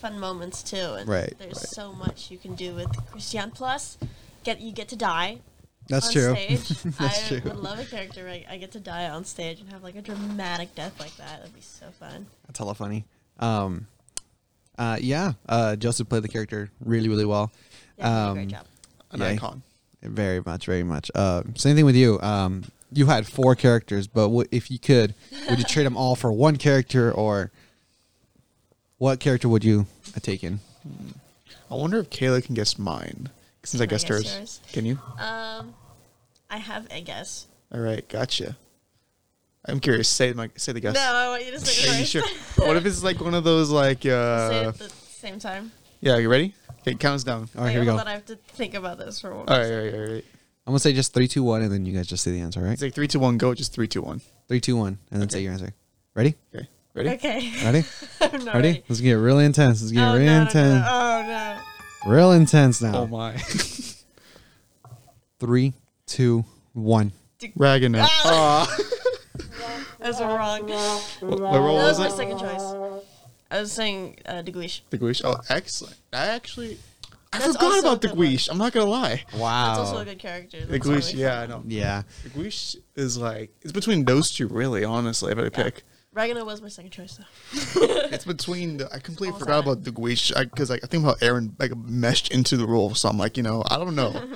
Speaker 3: fun moments too. And
Speaker 1: Right,
Speaker 3: there's
Speaker 1: right.
Speaker 3: so much you can do with Christian plus get you get to die
Speaker 1: That's
Speaker 3: on
Speaker 1: true.
Speaker 3: Stage.
Speaker 1: That's
Speaker 3: I
Speaker 1: true.
Speaker 3: would love a character where I get to die on stage and have like a dramatic death like that. That'd be so fun.
Speaker 1: That's hella funny. Um, uh, yeah, uh, Joseph played the character really, really well.
Speaker 3: Yeah,
Speaker 1: um,
Speaker 3: great job.
Speaker 2: An
Speaker 1: Yeah.
Speaker 2: icon.
Speaker 1: Very much, very much. Uh, same thing with you. Um, you had four characters, but what, if you could, would you trade them all for one character, or what character would you uh, have taken?
Speaker 2: I wonder if Kayla can guess mine since I
Speaker 3: Can I
Speaker 2: guessed
Speaker 3: guess
Speaker 2: hers.
Speaker 3: Oh, yours?
Speaker 2: Can you?
Speaker 3: Um, I have a guess.
Speaker 2: All right, gotcha. I'm curious. Say my say the guess.
Speaker 3: No, I want you to say
Speaker 2: Are
Speaker 3: it
Speaker 2: you
Speaker 3: first.
Speaker 2: sure? What if it's like one of those like
Speaker 3: say it
Speaker 2: uh
Speaker 3: at the same time.
Speaker 2: yeah, you ready? Okay, counts down.
Speaker 1: All right, here we
Speaker 3: Wait,
Speaker 1: go.
Speaker 3: hold on, I have to think about this for a moment.
Speaker 2: All right, all right, all right.
Speaker 1: I'm gonna say just three, two, one, and then you guys just say the answer. All right,
Speaker 2: It's like three, two, one, go. Just three, two, one.
Speaker 1: three, two, one, and then say your answer. Ready?
Speaker 2: Okay, ready?
Speaker 3: Okay.
Speaker 1: Ready?
Speaker 3: I'm not
Speaker 1: Ready?
Speaker 3: ready.
Speaker 1: Let's get really intense. Let's get
Speaker 3: Oh,
Speaker 1: real
Speaker 3: no, no, no,
Speaker 1: intense.
Speaker 3: no. Oh, no.
Speaker 1: Real intense now.
Speaker 2: Oh my,
Speaker 1: Three, two, one.
Speaker 2: Ragnar.
Speaker 3: Ah. That's wrong.
Speaker 2: what role
Speaker 3: That
Speaker 2: was
Speaker 3: was my
Speaker 2: it?
Speaker 3: second choice. I was saying uh, Deguish.
Speaker 2: The Guiche. Oh, excellent. I actually, I
Speaker 3: That's
Speaker 2: forgot
Speaker 3: also a
Speaker 2: about the
Speaker 3: good one.
Speaker 2: Guiche. I'm not gonna lie.
Speaker 1: Wow.
Speaker 3: That's also a good character.
Speaker 2: The
Speaker 3: That's why
Speaker 2: Guiche.
Speaker 3: we-
Speaker 2: Yeah, I know.
Speaker 1: Oh. yeah.
Speaker 2: The Guiche is like it's between those two, really. Honestly, if I pick,
Speaker 3: Ragnar was my second choice, though.
Speaker 2: it's between. The, I completely
Speaker 3: Oh,
Speaker 2: forgot
Speaker 3: sorry.
Speaker 2: about the Guiche because like I think about Aaron like meshed into the role, so I'm like, you know, I don't know.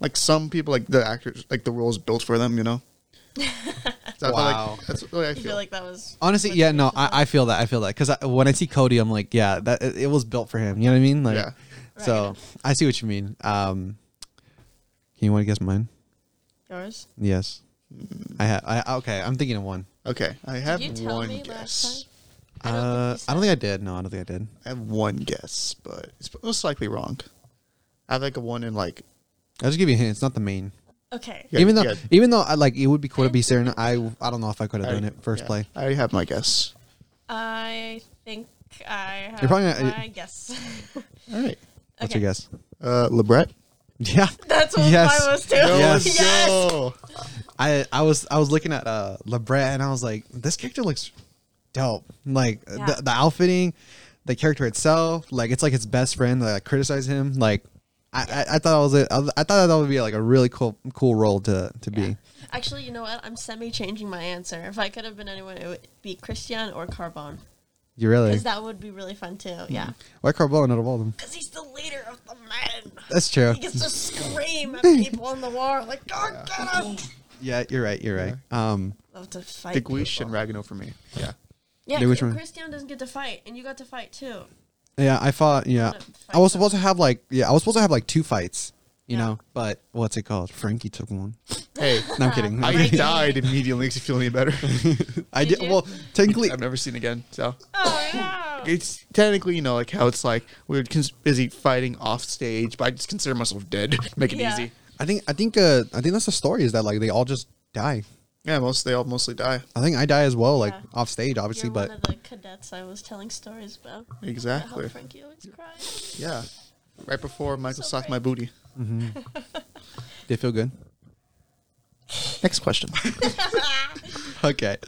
Speaker 2: like some people, like the actors, like the role's built for them, you know. So I feel like-
Speaker 1: Wow.
Speaker 2: that's the way I
Speaker 3: I
Speaker 2: feel.
Speaker 3: feel like that was
Speaker 1: Honestly,
Speaker 3: what
Speaker 1: yeah,
Speaker 3: you
Speaker 1: no,
Speaker 3: should have.
Speaker 1: I, I feel that. I feel that because when I see Cody, I'm like, yeah, that it, it was built for him. You know what I mean? Like,
Speaker 2: Yeah.
Speaker 1: so I see what you mean. Um, can you want to guess mine?
Speaker 3: Yours?
Speaker 1: Yes, I have. I okay. I'm thinking of one.
Speaker 2: okay, I have
Speaker 3: Did you tell
Speaker 2: one
Speaker 3: me
Speaker 2: guess.
Speaker 3: last
Speaker 1: I
Speaker 3: time? I
Speaker 1: don't,
Speaker 3: don't
Speaker 1: uh,
Speaker 3: think you
Speaker 1: I don't think I did. No, I don't think I did.
Speaker 2: I have one guess, but it's most likely wrong. I have like a one in like
Speaker 1: I'll just give you a hint. It's not the main.
Speaker 3: Okay.
Speaker 2: Yeah,
Speaker 1: even though,
Speaker 2: yeah.
Speaker 1: even though I like it would be cool to be Serena. I I don't know if I could have done
Speaker 2: I-
Speaker 1: it first
Speaker 2: yeah,
Speaker 1: play.
Speaker 2: I already have my guess.
Speaker 3: I think I have
Speaker 1: You're probably not-
Speaker 3: my guess.
Speaker 2: All right.
Speaker 1: What's
Speaker 3: Okay.
Speaker 1: your guess?
Speaker 2: Uh, LeBret.
Speaker 1: Yeah,
Speaker 3: That's what
Speaker 1: Yes.
Speaker 3: mine was too.
Speaker 1: Yes.
Speaker 2: Let's
Speaker 3: yes.
Speaker 2: go.
Speaker 1: I I was I was looking at uh Lebret and I was like, this character looks dope. Like
Speaker 3: Yeah.
Speaker 1: the, the outfitting, the character itself, like it's like his best friend that like, criticize him. Like I, I, I thought I was a, I was- I thought that would be like a really cool cool role to to be.
Speaker 3: Actually, you know what? I'm semi changing my answer. If I could have been anyone, it would be Christian or Carbon.
Speaker 1: You really
Speaker 3: Because that would be really fun too. Yeah.
Speaker 1: why Carbone out of all of them?
Speaker 3: Because he's the leader of the men.
Speaker 1: That's true.
Speaker 3: He gets to scream at people in the war, like, God, get him!
Speaker 1: Yeah, you're right. You're right. Um,
Speaker 3: Love to fight.
Speaker 2: The Guiche and
Speaker 3: people.
Speaker 2: Ragnar for me. Yeah.
Speaker 3: Yeah,
Speaker 1: Yeah, which
Speaker 3: Chris-
Speaker 1: one?
Speaker 3: Christian doesn't get to fight, and you got to fight too.
Speaker 1: yeah, I fought. Yeah,
Speaker 3: Fight
Speaker 1: I was
Speaker 3: them.
Speaker 1: supposed to have like yeah, I was supposed to have like two fights. You
Speaker 3: Yeah.
Speaker 1: know, but what's it called? Frankie took one.
Speaker 2: Hey,
Speaker 1: No, I'm kidding.
Speaker 2: I
Speaker 3: Frankie.
Speaker 2: died immediately. Makes you feel any better?
Speaker 1: I
Speaker 3: Did
Speaker 1: did.
Speaker 3: you?
Speaker 1: Well, technically,
Speaker 2: I've never seen again. So
Speaker 3: Oh no!
Speaker 2: it's technically, you know, like how it's like we're cons- busy fighting off stage, but I just consider myself dead. Make it
Speaker 3: Yeah.
Speaker 2: easy.
Speaker 1: I think I think uh I think that's the story is that like they all just die.
Speaker 2: Yeah, most they all mostly die.
Speaker 1: I think I die as well, like
Speaker 3: Yeah.
Speaker 1: off stage, obviously,
Speaker 3: You're
Speaker 1: but
Speaker 3: one of the cadets I was telling stories about. About
Speaker 2: Exactly.
Speaker 3: How Frankie always cried.
Speaker 2: Yeah. Right before Michael
Speaker 3: So
Speaker 2: socked
Speaker 3: great.
Speaker 2: my booty.
Speaker 1: Did it feel good?
Speaker 2: Next question.
Speaker 1: okay.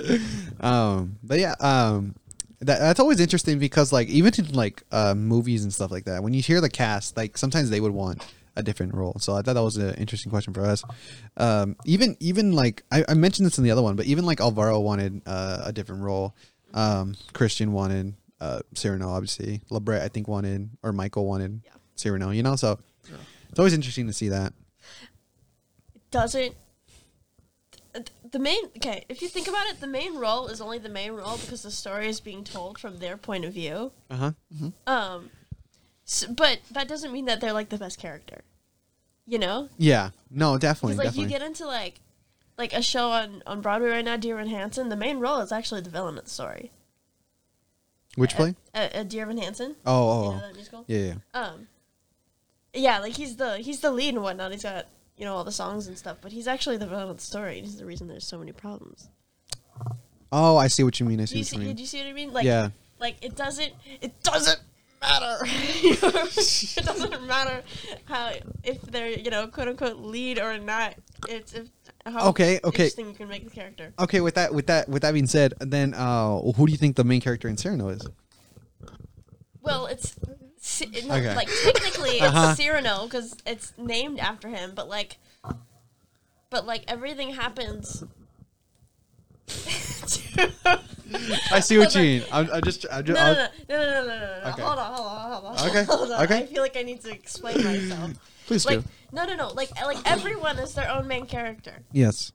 Speaker 1: Um, but yeah, um, that, that's always interesting because like even in like uh, movies and stuff like that, when you hear the cast, like sometimes they would want a different role. So I thought that was an interesting question for us. Um, even even like I, I mentioned this in the other one, but even like Alvaro wanted uh, a different role. Um, Christian wanted uh, Cyrano, obviously. Labret I think wanted or Michael wanted
Speaker 3: Yeah.
Speaker 1: Cyrano. You know, so it's always interesting to see that.
Speaker 3: doesn't th- the main okay if you think about it the main role is only the main role because the story is being told from their point of view
Speaker 1: Uh huh.
Speaker 3: um s but that doesn't mean that they're like the best character you know
Speaker 1: Yeah. No,
Speaker 3: because
Speaker 1: definitely.
Speaker 3: like
Speaker 1: definitely.
Speaker 3: you get into like like a show on on broadway right now dear evan hansen the main role is actually the villain of the story
Speaker 1: Which play?
Speaker 3: uh, uh, dear evan hansen
Speaker 1: Oh, oh,
Speaker 3: you know
Speaker 1: oh.
Speaker 3: that musical
Speaker 1: yeah, yeah.
Speaker 3: um yeah like he's the he's the lead and whatnot he's got you know all the songs and stuff but he's actually the villain of the story and he's the reason there's so many problems
Speaker 1: Oh, I see what you mean. I
Speaker 3: do
Speaker 1: see
Speaker 3: you
Speaker 1: what
Speaker 3: see,
Speaker 1: you mean.
Speaker 3: do you see what I mean? Like,
Speaker 1: Yeah.
Speaker 3: like it doesn't, it doesn't matter. it doesn't matter how if they're you know quote unquote lead or not. It's if how
Speaker 1: Okay, okay.
Speaker 3: interesting you can make the character.
Speaker 1: Okay, with that, with that, with that being said, then uh, who do you think the main character in Cyrano is?
Speaker 3: Well, it's si- no,
Speaker 1: Okay.
Speaker 3: like technically it's
Speaker 1: Uh-huh.
Speaker 3: Cyrano because it's named after him, but like, but like everything happens.
Speaker 1: I see what you mean. I'm, I just, I
Speaker 3: No,
Speaker 1: just
Speaker 3: no, no, no, no, no, no, no.
Speaker 1: uh, Okay.
Speaker 3: Hold on, hold on, hold on.
Speaker 1: Okay,
Speaker 3: Hold on.
Speaker 1: okay.
Speaker 3: I feel like I need to explain myself.
Speaker 2: Please
Speaker 3: like
Speaker 2: do.
Speaker 3: no, no, no. Like like everyone is their own main character.
Speaker 1: yes.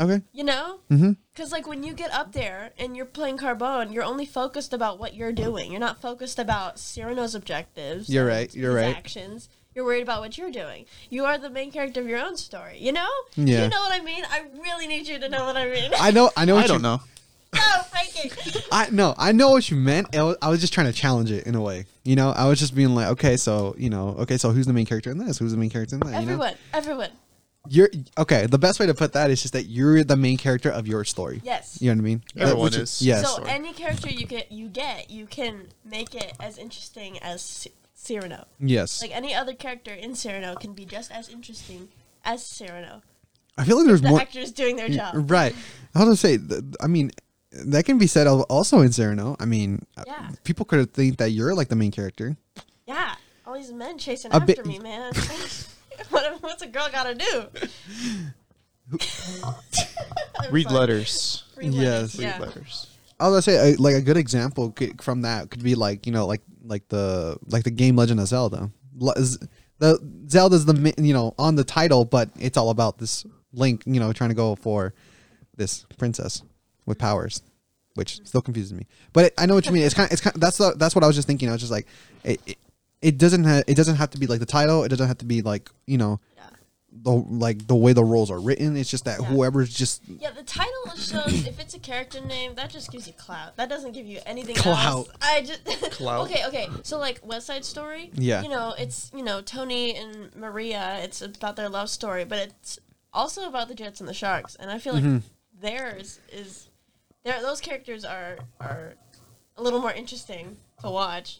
Speaker 1: Okay.
Speaker 3: You know?
Speaker 1: Mm-hmm.
Speaker 3: Because like when you get up there and you're playing Carbone, you're only focused about what you're doing. You're not focused about Cyrano's objectives.
Speaker 1: You're
Speaker 3: and
Speaker 1: right, you're
Speaker 3: his
Speaker 1: right.
Speaker 3: Actions. You're worried about what you're doing. You are the main character of your own story. You know? Do
Speaker 1: Yeah.
Speaker 3: you know what I mean? I really need you to know what I mean.
Speaker 1: I know. I know. What
Speaker 2: I
Speaker 1: you,
Speaker 2: don't know.
Speaker 3: no, Frankie.
Speaker 1: I no. I know what you meant. I was, I was just trying to challenge it in a way. You know, I was just being like, okay, so you know, okay, so who's the main character in this? Who's the main character in that? You know,
Speaker 3: Everyone, everyone.
Speaker 1: you're okay. The best way to put that is just that you're the main character of your story.
Speaker 3: Yes.
Speaker 1: You know what I mean? That-
Speaker 2: Everyone
Speaker 1: which
Speaker 2: is.
Speaker 1: Yes.
Speaker 3: So
Speaker 2: Sorry.
Speaker 3: any character you get, you get, you can make it as interesting as C- Cyrano.
Speaker 1: yes.
Speaker 3: Like any other character in Cyrano can be just as interesting as Cyrano.
Speaker 1: I feel like there's
Speaker 3: The
Speaker 1: more.
Speaker 3: actors doing their job.
Speaker 1: Right. I was gonna say. th- I mean, that can be said al- also in Cyrano. I mean, uh,
Speaker 3: Yeah.
Speaker 1: people could think that you're like the main character.
Speaker 3: Yeah, all these men chasing
Speaker 1: A
Speaker 3: after
Speaker 1: bit-
Speaker 3: me, man. what, what's a girl gotta do? I'm
Speaker 2: Read
Speaker 3: fine.
Speaker 2: letters.
Speaker 3: Read
Speaker 1: Yes.
Speaker 3: letters.
Speaker 1: Read
Speaker 3: yeah.
Speaker 2: Read letters.
Speaker 1: I was gonna say, uh, like a good example could, from that could be like you know, like like the like the game Legend of Zelda. Le- Z- The Zelda's the ma- you know on the title, but it's all about this Link, you know, trying to go for this princess with powers, which still confuses me. But it, I know what you mean. It's kind. Of, it's kind. that's the, that's what I was just thinking. I was just like, it it, it doesn't ha- it doesn't have to be like the title. It doesn't have to be like you know
Speaker 3: Yeah.
Speaker 1: the like the way the roles are written. It's just that
Speaker 3: Yeah.
Speaker 1: whoever's just
Speaker 3: Yeah, the title shows if it's a character name, that just gives you clout. That doesn't give you anything
Speaker 1: Clout.
Speaker 3: else. I just
Speaker 2: Clout.
Speaker 3: Okay, okay. So like West Side Story.
Speaker 1: Yeah.
Speaker 3: You know, it's you know Tony and Maria. It's about their love story, but it's also about the Jets and the Sharks. And I feel like
Speaker 1: Mm-hmm.
Speaker 3: theirs is there. Those characters are are a little more interesting to watch.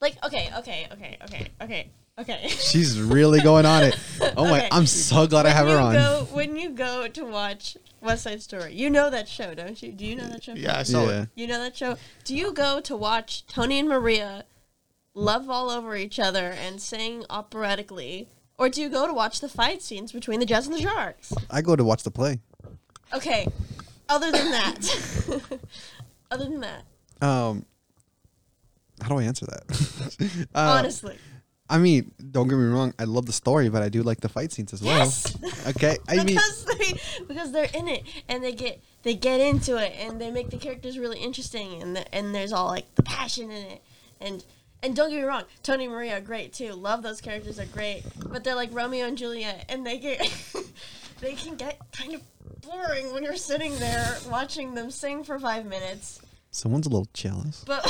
Speaker 3: Like okay, okay, okay, okay, okay, okay.
Speaker 1: she's really going on it. Oh my!
Speaker 3: Okay.
Speaker 1: I'm so glad I have her
Speaker 3: you
Speaker 1: on.
Speaker 3: Go, when you go to watch West Side Story, you know that show, don't you? Do you know that show?
Speaker 2: Yeah, I saw
Speaker 1: Yeah.
Speaker 2: it.
Speaker 3: You know that show? Do you go to watch Tony and Maria love all over each other and sing operatically? Or do you go to watch the fight scenes between the Jets and the Sharks?
Speaker 1: I go to watch the play.
Speaker 3: Okay. Other than that. other than that.
Speaker 1: Um, how do I answer that? uh,
Speaker 3: honestly.
Speaker 1: I mean, don't get me wrong. I love the story, but I do like the fight scenes as well.
Speaker 3: Yes!
Speaker 1: Okay, I mean,
Speaker 3: because they because they're in it and they get they get into it and they make the characters really interesting and the, and there's all like the passion in it and and don't get me wrong, Tony and Maria are great too. Love those characters are great, but they're like Romeo and Juliet and they get they can get kind of boring when you're sitting there watching them sing for five minutes.
Speaker 1: someone's a little jealous.
Speaker 3: But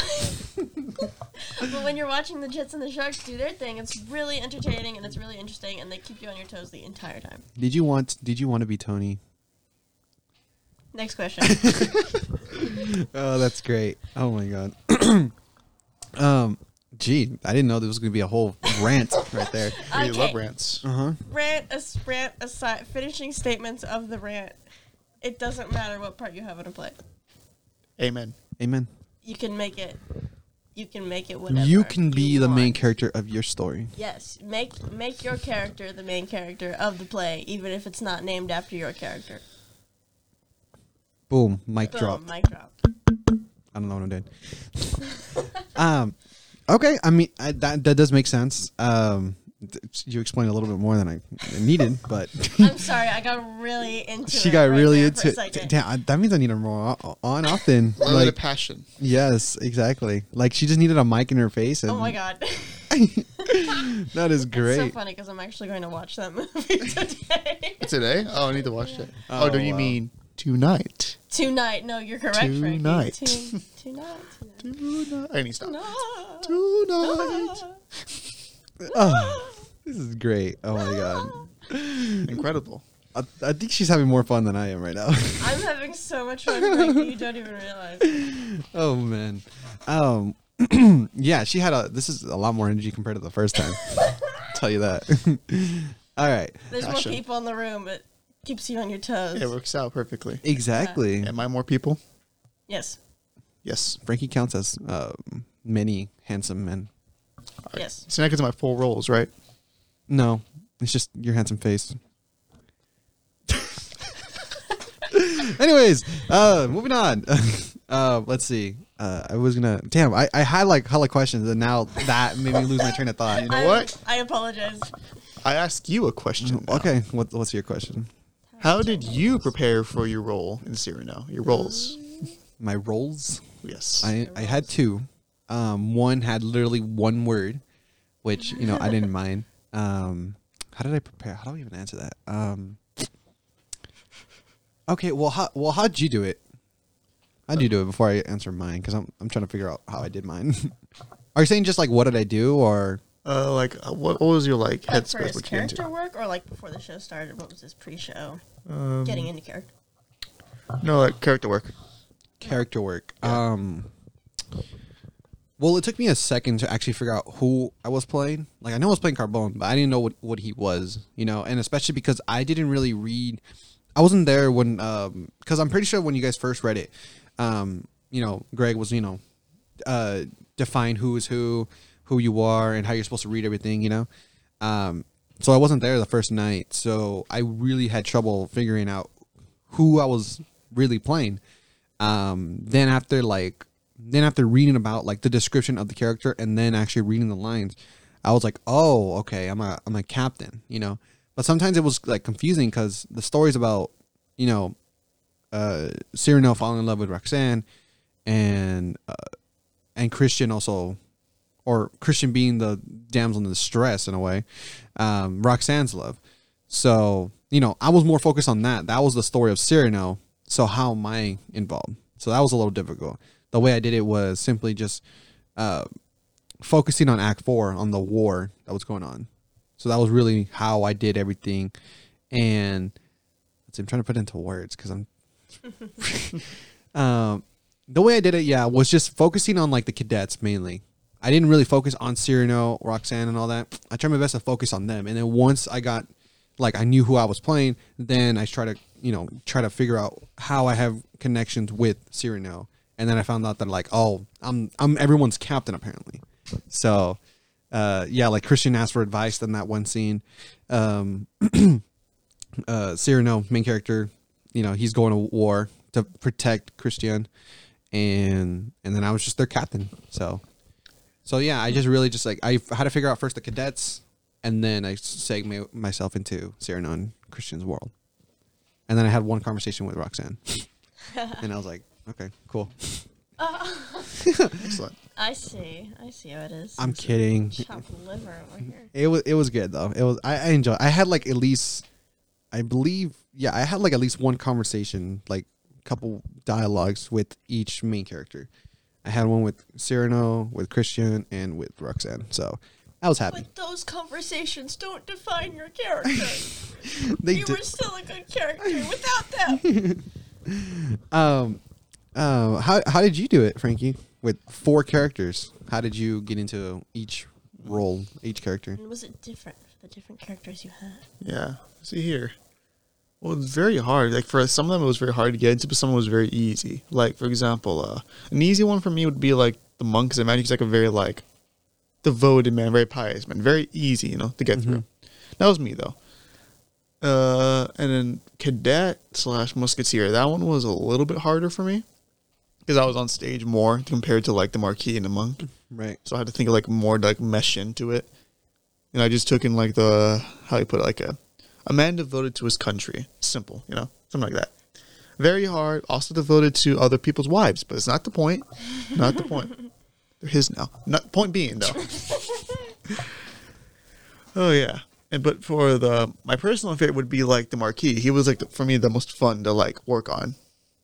Speaker 3: but when you're watching the Jets and the Sharks do their thing, it's really entertaining and it's really interesting and they keep you on your toes the entire time.
Speaker 1: Did you want? Did you want to be Tony?
Speaker 3: Next question.
Speaker 1: Oh, that's great. Oh my god. um, Gee, I didn't know there was going to be a whole rant right there.
Speaker 2: We love
Speaker 3: Okay.
Speaker 2: rants.
Speaker 1: Uh-huh.
Speaker 3: Rant, as rant aside, finishing statements of the rant. It doesn't matter what part you have in a play.
Speaker 2: Amen.
Speaker 1: Amen.
Speaker 3: You can make it. You can make it whatever.
Speaker 1: you can be the main
Speaker 3: want.
Speaker 1: character of your story.
Speaker 3: Yes, make make your character the main character of the play, even if it's not named after your character.
Speaker 1: Boom, mic
Speaker 3: Boom,
Speaker 1: drop.
Speaker 3: mic drop.
Speaker 1: I don't know what I'm doing. um, okay. I mean, I, that that does make sense. Um, th- you explained a little bit more than I needed, but
Speaker 3: I'm sorry, I got really into.
Speaker 1: she
Speaker 3: it
Speaker 1: got
Speaker 3: right
Speaker 1: really
Speaker 3: there
Speaker 1: into.
Speaker 3: For a second.
Speaker 1: Damn, I- that means I need her more o- on often.
Speaker 2: Learn like,
Speaker 1: like,
Speaker 2: passion.
Speaker 1: yes, exactly. Like she just needed a mic in her face, and
Speaker 3: Oh my god,
Speaker 1: that is
Speaker 3: it's so
Speaker 1: great.
Speaker 3: funny because I'm actually going to watch that movie today
Speaker 2: Today? Oh, I need to watch that.
Speaker 1: Oh,
Speaker 2: Oh, do you
Speaker 1: wow.
Speaker 2: mean tonight?
Speaker 3: tonight. No, you're correct. Frankie.
Speaker 2: Tonight.
Speaker 3: Tun- Tonight. Tonight.
Speaker 2: Tonight. I need to stop.
Speaker 3: Tonight.
Speaker 2: Tonight.
Speaker 1: Oh, this is great. Oh my god.
Speaker 2: Incredible.
Speaker 1: I, I think she's having more fun than I am right now.
Speaker 3: I'm having so much fun. Frankie, you don't even realize.
Speaker 1: oh man. Um. yeah, she had a. This is a lot more energy compared to the first time. tell you that. All right.
Speaker 3: There's more
Speaker 2: Passion.
Speaker 3: people in the room, but keeps you on your toes.
Speaker 2: It works out perfectly.
Speaker 1: Exactly.
Speaker 2: Am I more people?
Speaker 3: yes.
Speaker 2: Yes.
Speaker 1: Frankie counts as uh, many handsome men.
Speaker 3: Yes.
Speaker 2: So now I get to my full roles, right?
Speaker 1: No, it's just your handsome face. Anyways, uh, moving on. uh, let's see. Uh, I was gonna. Damn, I, I had like hella questions, and now that made me lose my train of thought.
Speaker 2: know
Speaker 3: I-
Speaker 2: what?
Speaker 3: I apologize.
Speaker 2: I ask you a question. now.
Speaker 1: Mm, Okay, what, what's your question?
Speaker 2: How did you prepare for your role in Cyrano? Your
Speaker 3: Um,
Speaker 2: roles?
Speaker 1: My roles.
Speaker 2: Yes.
Speaker 1: I, I had two. Um, one had literally one word, which you know I didn't mind. Um, how did I prepare? How do I even answer that? Um, okay, well, how well how'd you do it? How'd you do it before I answer mine? Because I'm I'm trying to figure out how I did mine. Are you saying just like what did I do or?
Speaker 2: uh, like, uh, what, what was your like
Speaker 3: Like for
Speaker 2: headspace?
Speaker 3: his
Speaker 2: What you into?
Speaker 3: character work, or like before the show started, what was his pre-show?
Speaker 2: Um,
Speaker 3: Getting into character.
Speaker 2: no, like character work.
Speaker 1: character work. Um, well, it took me a second to actually figure out who I was playing. Like I know I was playing Carbone, but I didn't know what, what he was, you know. And especially because I didn't really read, I wasn't there when, because I'm pretty sure when you guys first read it, um, you know, Greg was, you know, uh, define who is who, who you are, and how you're supposed to read everything, you know. Um, so I wasn't there the first night, so I really had trouble figuring out who I was really playing um then after like then after reading about like the description of the character and then actually reading the lines i was like oh okay i'm a i'm a captain you know but sometimes it was like confusing because the stories about you know uh cyrano falling in love with roxanne and uh, and christian also or christian being the damsel in distress in a way um roxanne's love so you know i was more focused on that that was the story of cyrano so how am i involved so that was a little difficult the way i did it was simply just uh focusing on act four on the war that was going on so that was really how i did everything and let's see, i'm trying to put it into words because i'm um, the way I did it, yeah, was just focusing on like the cadets mainly. I didn't really focus on Cyrano, Roxanne, and all that. I tried my best to focus on them, and then once I got like I knew who I was playing, then I try to you know try to figure out how I have connections with Cyrano, and then I found out that like oh I'm I'm everyone's captain apparently, so. Uh, yeah, like Christian asked for advice in that one scene. Um, uh, Cyrano, main character, you know, he's going to war to protect Christian, and and then I was just their captain. So, so yeah, I just really just like I f- had to figure out first the cadets, and then I segment myself into Cyrano and Christian's world, and then I had one conversation with Roxanne, and I was like, okay, cool.
Speaker 2: Excellent.
Speaker 3: I see. I see how it is.
Speaker 1: I'm kidding.
Speaker 3: Chop liver over here.
Speaker 1: It was it was good though. It was I, I enjoy. I had like at least, I believe, yeah, I had like at least one conversation, like couple dialogues with each main character. I had one with Cyrano, with Christian, and with Roxanne. So I was happy.
Speaker 3: But those conversations don't define your character.
Speaker 1: They
Speaker 3: you
Speaker 1: did.
Speaker 3: were still a good character without them.
Speaker 1: Um, uh, how how did you do it, Frankie? with four characters. How did you get into each role, each character?
Speaker 3: And was it different for the different characters you had?
Speaker 2: Yeah. See here. Well, it's very hard. Like for some of them, it was very hard to get into, but some of them was very easy. Like for example, uh, an easy one for me would be like the monk, because I imagine he's like a very like devoted man, very pious man, very easy, you know, to get through. That was me though. Uh, and then cadet slash musketeer. That one was a little bit harder for me because I was on stage more compared to like the marquis and the monk.
Speaker 1: Right.
Speaker 2: So I had to think of like more to like mesh into it. And I just took in like the how you put it, like a a man devoted to his country. Simple, you know, something like that. Very hard. Also devoted to other people's wives, but it's not the point. Not the point. They're his now. Not point being though. oh yeah. And but for the my personal favorite would be like the Marquis. He was like the, for me the most fun to like work on.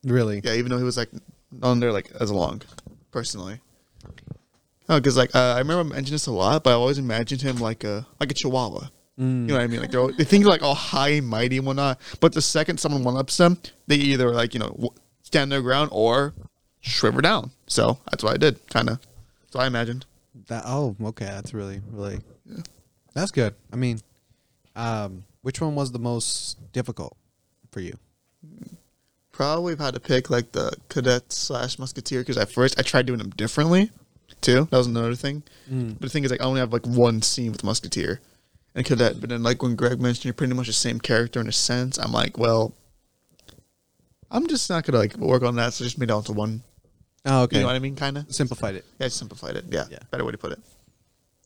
Speaker 1: Really?
Speaker 2: Yeah, even though he was like not on there like as long, personally. No, because like uh, I remember I mentioned this a lot, but I always imagined him like a like a Chihuahua. You know what I mean? Like they're all, they think they're like all high and mighty and whatnot, but the second someone one ups them, they either like you know w- stand their ground or shriver down. So that's what I did, kind of. That's what I imagined.
Speaker 1: That oh, okay, that's really really That's good. I mean, um which one was the most difficult for you?
Speaker 2: Probably if I had to pick like the cadet slash musketeer because at first I tried doing them differently too. That was another thing.
Speaker 1: Mm.
Speaker 2: But the thing is, like, I only have like one scene with musketeer and cadet. But then, like when Greg mentioned, you're pretty much the same character in a sense. I'm like, well, I'm just not gonna like work on that. So just made it all into one.
Speaker 1: Oh, okay.
Speaker 2: You know what I mean? Kind of.
Speaker 1: Simplified it.
Speaker 2: Yeah, I simplified it. Yeah.
Speaker 1: Yeah.
Speaker 2: Better way to put it.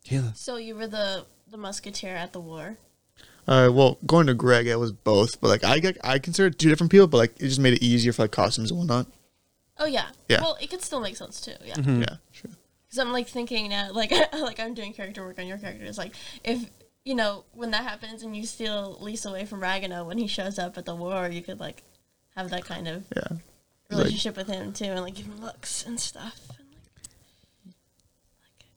Speaker 1: Kayla.
Speaker 3: So you were the the musketeer at the war.
Speaker 2: Uh, well, going to Greg, it was both, but like I got, I consider it two different people, but like it just made it easier for like costumes and whatnot.
Speaker 3: Oh yeah.
Speaker 2: Yeah. Mm-hmm.
Speaker 3: Well, it could still make sense too. Yeah.
Speaker 1: Hmm.
Speaker 2: Yeah, sure.
Speaker 3: Because I'm like thinking now, like like I'm doing character work on your characters. Like if you know when that happens and you steal Lisa away from Ragano when he shows up at the war, you could like have that kind of
Speaker 2: Yeah.
Speaker 3: relationship with him too, and like give him looks and stuff. And, like,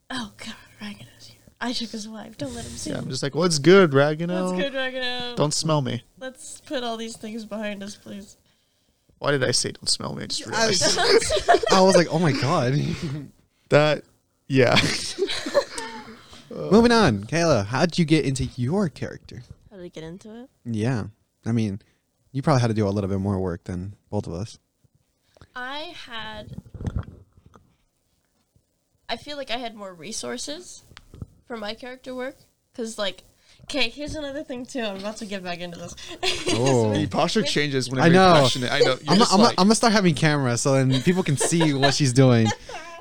Speaker 3: like, oh god, Ragano's here. I took his wife. Don't let him see.
Speaker 2: Yeah,
Speaker 3: That's
Speaker 2: I'm just like, what's good, Ragano?
Speaker 3: good, Ragano.
Speaker 2: Don't smell me.
Speaker 3: Let's put all these things behind us, please.
Speaker 2: Why did I say don't smell me? I just
Speaker 1: I
Speaker 2: realized
Speaker 1: I was like, oh my god.
Speaker 2: that. Yeah.
Speaker 1: Moving on, Kayla. How'd you get into your character?
Speaker 3: How did we get into it?
Speaker 1: Yeah, I mean, you probably had to do a little bit more work than both of us.
Speaker 3: I had. I feel like I had more resources for my character work. Because, like, okay, here's another thing, too. I'm about to get back into this.
Speaker 1: Oh.
Speaker 2: the posture changes
Speaker 1: I
Speaker 2: whenever
Speaker 1: know.
Speaker 2: you're passionate. I know. You're
Speaker 1: I'm,
Speaker 2: just
Speaker 1: I'm,
Speaker 2: like,
Speaker 1: I'm gonna start having cameras so then people can see what she's doing.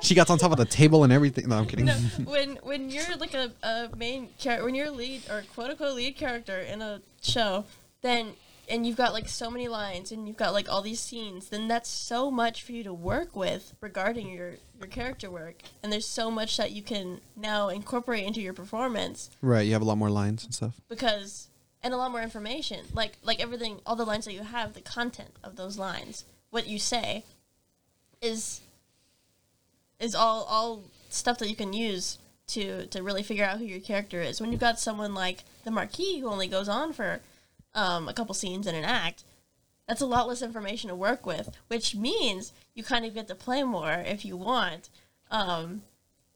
Speaker 1: She got on top of the table and everything. No, I'm kidding.
Speaker 3: no, when when you're like a, a main character, when you're a lead or quote unquote lead character in a show, then and you've got like so many lines and you've got like all these scenes, then that's so much for you to work with regarding your your character work, and there's so much that you can now incorporate into your performance
Speaker 1: Right, you have a lot more lines and stuff.
Speaker 3: because and a lot more information like like everything all the lines that you have the content of those lines what you say is is all all stuff that you can use to to really figure out who your character is when you've got someone like the marquis who only goes on for um, a couple scenes in an act that's a lot less information to work with which means you kind of get to play more if you want um,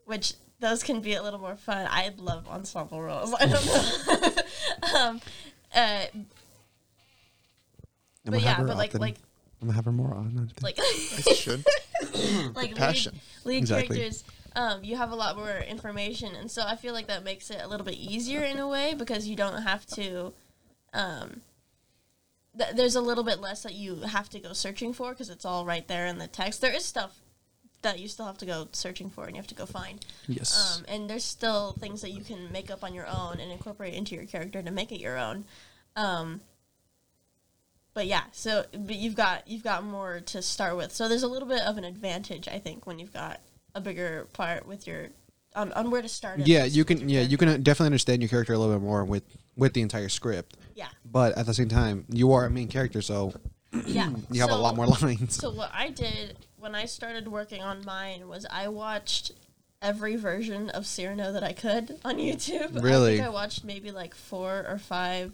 Speaker 3: which those can be a little more fun i love ensemble roles i don't know uh,
Speaker 1: I'm
Speaker 3: but yeah, but like
Speaker 1: often.
Speaker 3: like
Speaker 1: I'm gonna have her more on. Like,
Speaker 3: like
Speaker 2: I should.
Speaker 3: like
Speaker 2: passion.
Speaker 3: lead, lead
Speaker 1: Exactly.
Speaker 3: characters. Um, you have a lot more information, and so I feel like that makes it a little bit easier in a way because you don't have to. Um, th- there's a little bit less that you have to go searching for because it's all right there in the text. There is stuff that you still have to go searching for and you have to go find.
Speaker 1: yes.
Speaker 3: Um, and there's still things that you can make up on your own and incorporate into your character to make it your own. Um, but yeah, so but you've got you've got more to start with. So there's a little bit of an advantage, I think, when you've got a bigger part with your on, on where to start. at
Speaker 1: yeah,
Speaker 3: least
Speaker 1: you
Speaker 3: with
Speaker 1: can.
Speaker 3: your
Speaker 1: Yeah, you can definitely understand your character a little bit more with with the entire script.
Speaker 3: Yeah.
Speaker 1: But at the same time, you are a main character, so
Speaker 3: yeah.
Speaker 1: you have a
Speaker 3: So-
Speaker 1: lot more lines.
Speaker 3: So what I did when I started working on mine was I watched every version of Cyrano that I could on YouTube. I
Speaker 1: Really?
Speaker 3: think I watched maybe like four or five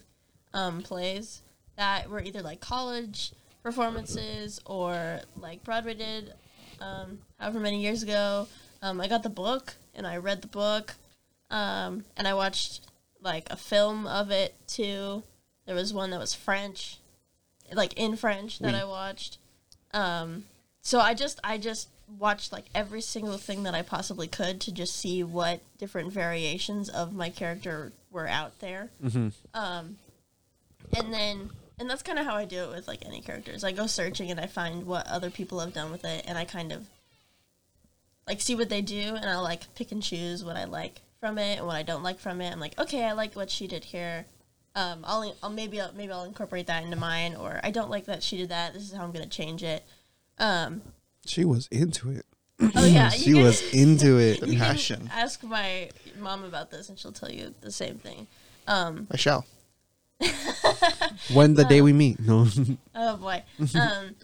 Speaker 3: um, plays that were either like college performances or like Broadway did um, however many years ago. Um, I got the book and I read the book, um, and I watched like a film of it too. There was one that was French, like in French that I watched. Um, so I just I just watched like every single thing that I possibly could to just see what different variations of my character were out there. Um, and then and that's kind of how I do it with like any characters. I go searching and I find what other people have done with it, and I kind of like see what they do, and I'll like pick and choose what I like from it and what I don't like from it. I'm like, okay, I like what she did here. Um, I'll, I'll maybe I'll, maybe I'll incorporate that into mine, or I don't like that she did that. This is how I'm gonna change it. Um,
Speaker 1: She was into it.
Speaker 3: oh yeah,
Speaker 1: Mm, She
Speaker 3: you can-
Speaker 1: was into it.
Speaker 2: The
Speaker 3: you can
Speaker 2: passion.
Speaker 3: Ask my mom about this, and she'll tell you the same thing.
Speaker 2: I shall.
Speaker 1: When the day we meet. No.
Speaker 3: Oh boy. um,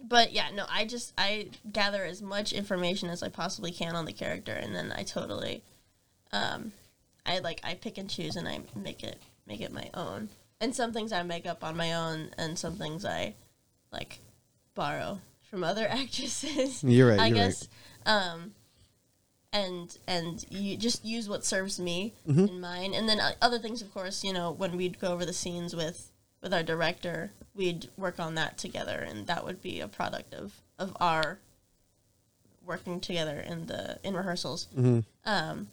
Speaker 3: but yeah, no, I just I gather as much information as I possibly can on the character, and then I totally, um, I like I pick and choose, and I make it make it my own. And some things I make up on my own, and some things I like borrow from other actresses.
Speaker 1: You're right,
Speaker 3: I
Speaker 1: you're right.
Speaker 3: guess. Um, and and you just use what serves me
Speaker 1: Mm-hmm.
Speaker 3: in mind and then uh, other things of course you know when we'd go over the scenes with with our director we'd work on that together and that would be a product of of our working together in the in rehearsals um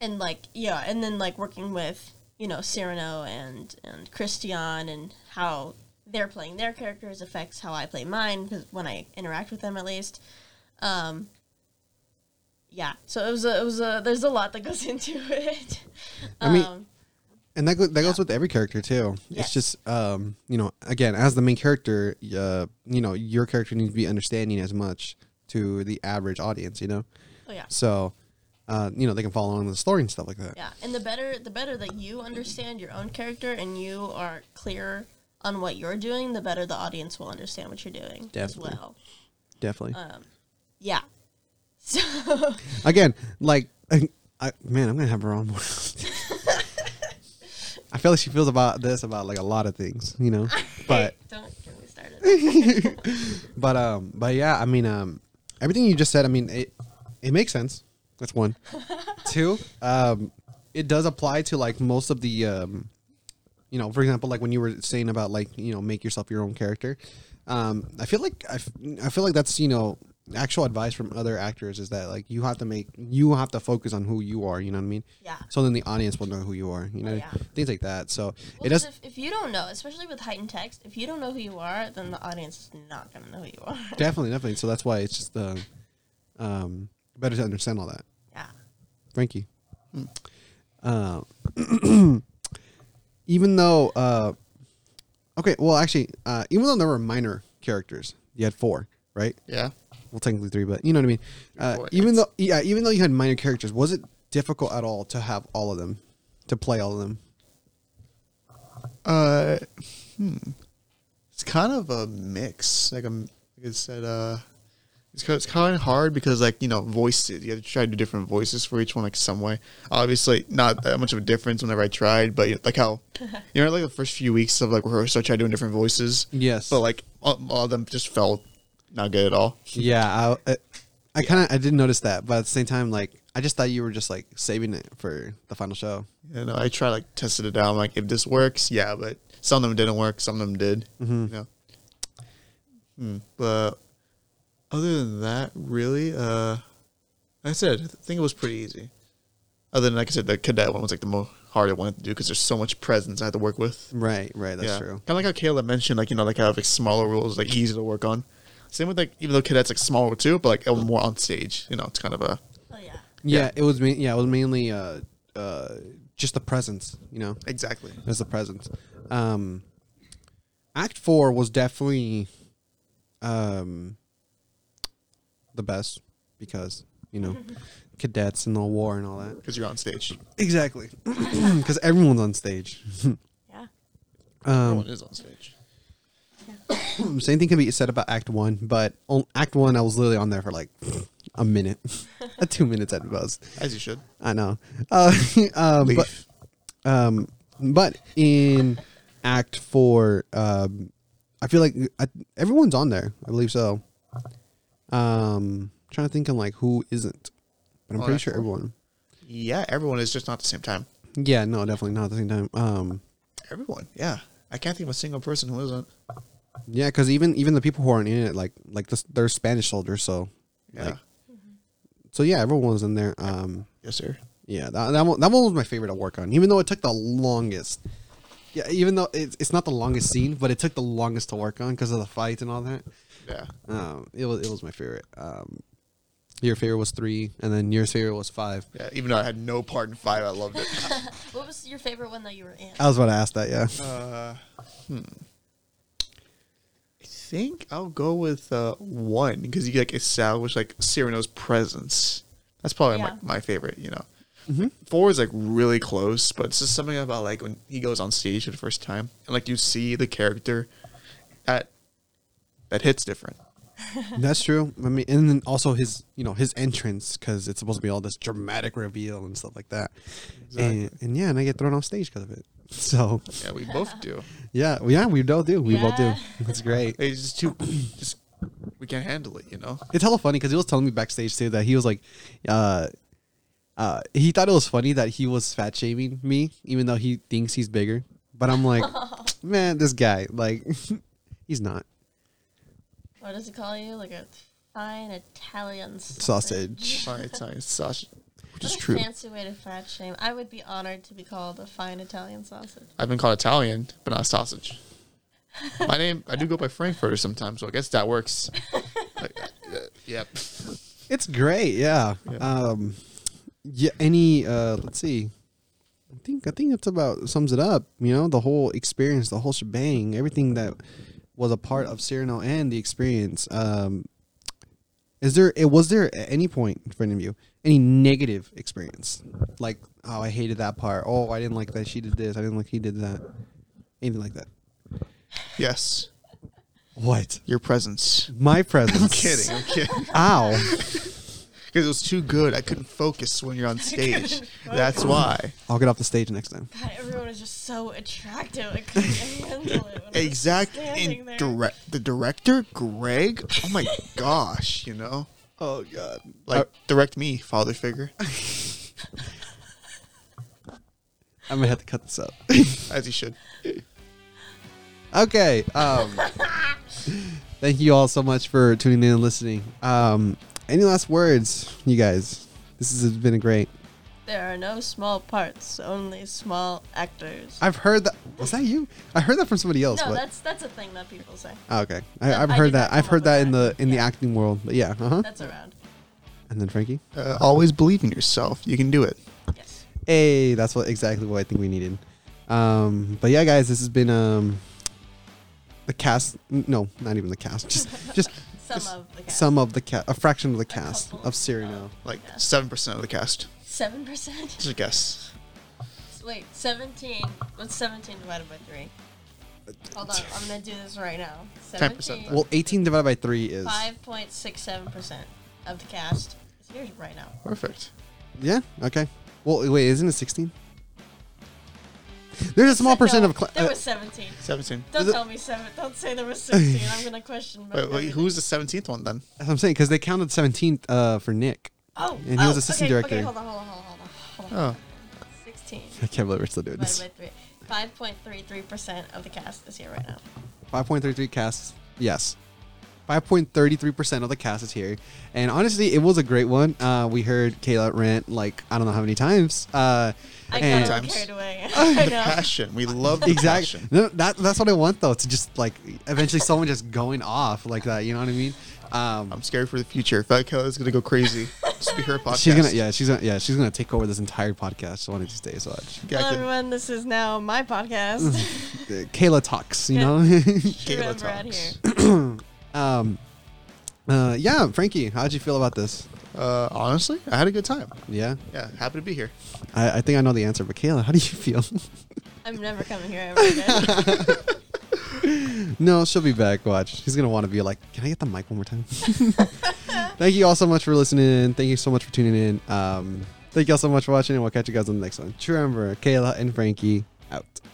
Speaker 3: and like yeah and then like working with you know cyrano and and christian and how they're playing their characters affects how i play mine because when i interact with them at least Um, yeah so it was a, it was a there's a lot that goes into it Um,
Speaker 1: I mean, and that, go, that goes with every character too.
Speaker 3: Yes.
Speaker 1: It's just, um, you know, again, as the main character, uh, you know, your character needs to be understanding as much to the average audience, you know?
Speaker 3: oh yeah
Speaker 1: So, uh, you know, they can follow along with the story and stuff like that.
Speaker 3: yeah and the better the better that you understand your own character and you are clear on what you're doing the better the audience will understand what you're doing as
Speaker 1: Definitely.
Speaker 3: well Uh,
Speaker 1: Definitely.
Speaker 3: yeah so
Speaker 1: again, like, I, I, man, I'm gonna have her on more. I feel like she feels about this about like a lot of things, you know. But
Speaker 3: don't get me started
Speaker 1: but um but yeah, I mean um everything you just said, I mean it it makes sense. That's one. Two, um it does apply to like most of the um you know, for example, like when you were saying about like, you know, make yourself your own character. Um I feel like I, f- I feel like that's, you know, actual advice from other actors is that like you have to make you have to focus on who you are, you know what I mean?
Speaker 3: Yeah.
Speaker 1: So then the audience will know who you are, you know.
Speaker 3: yeah.
Speaker 1: Things like that. So
Speaker 3: well,
Speaker 1: it
Speaker 3: 'cause
Speaker 1: does
Speaker 3: if, if you don't know especially with heightened text if you don't know who you are then the audience is not going to know who you are
Speaker 1: definitely definitely. So that's why it's just uh, um better to understand all that.
Speaker 3: yeah
Speaker 1: Frankie. Uh, even though, uh, okay, well, actually, uh, even though there were minor characters, you had four, right?
Speaker 2: Yeah.
Speaker 1: Well, technically three, but you know what I mean. Uh,
Speaker 2: Four,
Speaker 1: even
Speaker 2: yes.
Speaker 1: though, yeah, even though you had minor characters, was it difficult at all to have all of them, to play all of them?
Speaker 2: Uh, hmm. It's kind of a mix. Like I'm, like I said, uh, it's kind it's kind of hard because like you know voices. You have to try to do different voices for each one, like some way. Obviously, not that much of a difference whenever I tried, but you know, like how you know, like the first few weeks of like rehearsal, I tried doing different voices.
Speaker 1: Yes.
Speaker 2: but like all, all of them just felt not good at all.
Speaker 1: Yeah, I, I, I kind of, I didn't notice that, but at the same time, like, I just thought you were just like saving it for the final show.
Speaker 2: You know, I tried like tested it out. I'm like, if this works, yeah, but some of them didn't work, some of them did.
Speaker 1: Mm-hmm.
Speaker 2: You know. Hmm. But other than that, really, uh, like I said, I think it was pretty easy. Other than like I said, the cadet one was like the most harder one to do because there's so much presence I had to work with.
Speaker 1: Right, right. That's
Speaker 2: yeah,
Speaker 1: true.
Speaker 2: kind of like how Kayla mentioned, like you know, like how like smaller rules like easy to work on. Same with like even though cadets like smaller too, but like more on stage. You know, it's kind of a
Speaker 3: oh yeah
Speaker 1: Yeah,
Speaker 2: Yeah.
Speaker 1: it was. ma- Yeah, it was mainly uh, uh, just the presence. You know, it
Speaker 2: exactly.
Speaker 1: was the presence. Um, act four was definitely um, the best because you know cadets and the war and all that.
Speaker 2: Because you're on stage.
Speaker 1: Exactly, because everyone's on stage.
Speaker 3: yeah
Speaker 1: Um,
Speaker 2: Everyone is on stage.
Speaker 1: Same thing can be said about Act One, but on Act One, I was literally on there for like a minute, two minutes at most.
Speaker 2: As you should.
Speaker 1: I know. Uh, uh, but,
Speaker 2: Leaf.
Speaker 1: um, but in Act Four, um, I feel like I, everyone's on there. I believe so. Um, trying to think on like who isn't, but I'm
Speaker 2: Oh,
Speaker 1: pretty
Speaker 2: that's
Speaker 1: sure
Speaker 2: cool.
Speaker 1: everyone.
Speaker 2: Yeah, everyone is just not at the same time.
Speaker 1: Yeah, no, definitely not at the same time. Um,
Speaker 2: Everyone. Yeah. I can't think of a single person who isn't.
Speaker 1: yeah, because even even the people who aren't in it, like like the, they're Spanish soldiers, so
Speaker 2: Yeah.
Speaker 1: Like- so yeah, everyone's in there. Um,
Speaker 2: yes, sir.
Speaker 1: yeah, that that one, that one was my favorite to work on, even though it took the longest. Yeah, even though it's it's not the longest scene, but it took the longest to work on because of the fight and all that.
Speaker 2: Yeah.
Speaker 1: Um, it was it was my favorite. Um, your favorite was three, and then your favorite was five.
Speaker 2: Yeah. Even though I had no part in five, I loved it.
Speaker 3: What was your favorite one that you were in?
Speaker 1: I was about to ask that. Yeah,
Speaker 2: Uh, hmm. I think I'll go with uh, one because you like establish like Cyrano's presence. That's probably
Speaker 3: Yeah.
Speaker 2: my, my favorite. You know, four is like really close, but it's just something about like when he goes on stage for the first time and like you see the character that that hits different.
Speaker 1: that's true. I mean, and then also his you know his entrance because it's supposed to be all this dramatic reveal and stuff like that. And, and yeah, and I get thrown off stage because of it. So
Speaker 2: Yeah, we both do.
Speaker 1: yeah, we- yeah, we both do. We both do.
Speaker 3: Yeah.
Speaker 1: That's great.
Speaker 2: It's just too just we can't handle it. You know.
Speaker 1: It's hella funny because he was telling me backstage too that he was like, uh, uh, he thought it was funny that he was fat shaming me, even though he thinks he's bigger. But I'm like, man, this guy, like, he's not
Speaker 3: What does it call you? Like a fine Italian
Speaker 1: sausage.
Speaker 2: Fine, it's fine, it's sausage.
Speaker 1: Which
Speaker 3: What
Speaker 1: is
Speaker 3: a
Speaker 1: true.
Speaker 3: fancy way to fat shame. I would be honored to be called a fine Italian sausage.
Speaker 2: I've been called Italian, but not sausage. My name, I do go by Frankfurter sometimes, so I guess that works. Like, uh, yep.
Speaker 1: It's great, yeah.
Speaker 2: Yeah.
Speaker 1: Um, yeah. Any, uh, let's see. I think I think that's about sums it up. You know, the whole experience, the whole shebang, everything that was a part of Cyrano and the experience. Um, is there? It was there at any point for any of you any negative experience? Like, oh, I hated that part. Oh, I didn't like that she did this. I didn't like he did that. Anything like that?
Speaker 2: Yes,
Speaker 1: What?
Speaker 2: your presence.
Speaker 1: My presence.
Speaker 2: I'm kidding. I'm kidding.
Speaker 1: Ow.
Speaker 2: Because it was too good. I couldn't focus when you're on stage. That's why.
Speaker 1: I'll get off the stage next time.
Speaker 3: God, everyone is just so attractive. I couldn't handle it. when I was
Speaker 2: Exact.
Speaker 3: standing
Speaker 2: And
Speaker 3: there.
Speaker 2: direct. The director, Greg. Oh my gosh. You know,
Speaker 1: Oh God.
Speaker 2: like direct me, father figure.
Speaker 1: I'm gonna have to cut this out.
Speaker 2: As he should.
Speaker 1: okay. Um, thank you all so much for tuning in and listening. Um, any last words, you guys? This has been a great.
Speaker 3: There are no small parts, only small actors.
Speaker 1: I've heard that. Was that you? I heard that from somebody else.
Speaker 3: no,
Speaker 1: but,
Speaker 3: that's that's a thing that people say.
Speaker 1: Oh, okay. I,
Speaker 3: No,
Speaker 1: I've
Speaker 3: I
Speaker 1: heard
Speaker 3: did not
Speaker 1: that. I've
Speaker 3: come
Speaker 1: heard
Speaker 3: up with
Speaker 1: that in the
Speaker 3: that.
Speaker 1: in the
Speaker 3: Yeah.
Speaker 1: acting world. But yeah. Uh huh.
Speaker 3: That's around.
Speaker 1: And then Frankie.
Speaker 2: Uh, always believe in yourself. You can do it.
Speaker 3: Yes.
Speaker 1: Hey, that's what exactly what I think we needed. Um, but yeah, guys, this has been um, the cast. No, not even the cast. Just just
Speaker 3: Some
Speaker 1: just
Speaker 3: of the cast.
Speaker 1: some of the cast, a fraction of the cast
Speaker 3: couple
Speaker 1: of Cyrano.
Speaker 3: of-
Speaker 2: Like
Speaker 3: Yeah.
Speaker 2: seven percent of the cast.
Speaker 3: Seven percent.
Speaker 2: Just a guess.
Speaker 3: Wait, seventeen. What's seventeen divided by three? uh, Hold on, I'm gonna do this right now.
Speaker 2: 10%.
Speaker 3: Seventeen.
Speaker 1: Well, 18 divided by 3 is.
Speaker 3: Five point six seven percent of the cast is here right now.
Speaker 2: Perfect.
Speaker 1: Yeah, okay. Well, wait, isn't it 16? There's a small percent
Speaker 3: No,
Speaker 1: of. Cl-
Speaker 3: there
Speaker 1: uh,
Speaker 3: was seventeen.
Speaker 2: Seventeen.
Speaker 3: Don't
Speaker 1: the-
Speaker 3: tell me seven. Don't say there was sixteen. I'm gonna question.
Speaker 2: Wait, wait,
Speaker 3: everything.
Speaker 2: who's the seventeenth one then?
Speaker 1: that's what I'm saying, because they counted 17th uh, for Nick.
Speaker 3: Oh,
Speaker 1: And he
Speaker 3: oh,
Speaker 1: was assistant director. Uh,
Speaker 3: okay, Okay, hold on, hold on, hold on, hold on. Hold on.
Speaker 2: Oh,
Speaker 3: Sixteen
Speaker 1: I can't believe we're still doing this.
Speaker 3: divided by three. Five point three three percent of the cast is here right now.
Speaker 1: 5.33 casts. Yes. 5.33% of the cast is here. And honestly, it was a great one. Uh, we heard Kayla rant like, I don't know how many times. Uh,
Speaker 3: I got a
Speaker 1: and-
Speaker 3: little
Speaker 2: Times.
Speaker 3: carried away. I know.
Speaker 2: passion. We love the
Speaker 1: Exactly.
Speaker 2: passion.
Speaker 1: No, that, that's what I want though. To just like eventually someone just going off like that. You know what I mean? Um,
Speaker 2: I'm scared for the future. Fat Kelly's gonna go crazy. This will be her podcast.
Speaker 1: she's gonna yeah she's gonna yeah she's gonna take over this entire podcast one of these days. Watch.
Speaker 2: Yeah, I
Speaker 3: Hello,
Speaker 2: could-
Speaker 3: everyone. This is now my podcast.
Speaker 1: Uh, Kayla talks. You know.
Speaker 2: Kayla
Speaker 3: Remember out
Speaker 2: talks.
Speaker 3: here.
Speaker 1: um, uh, yeah, Frankie, how'd you feel about this?
Speaker 2: Uh, honestly, I had a good time.
Speaker 1: Yeah,
Speaker 2: Yeah, happy to be here.
Speaker 1: I, I think I know the answer, but Kayla, how do you feel?
Speaker 3: I'm never coming here ever again.
Speaker 1: No, she'll be back. Watch. She's going to want to be like, can I get the mic one more time? thank you all so much for listening. Thank you so much for tuning in. Um, thank you all so much for watching, and we'll catch you guys on the next one. True Ember, Kayla, and Frankie out.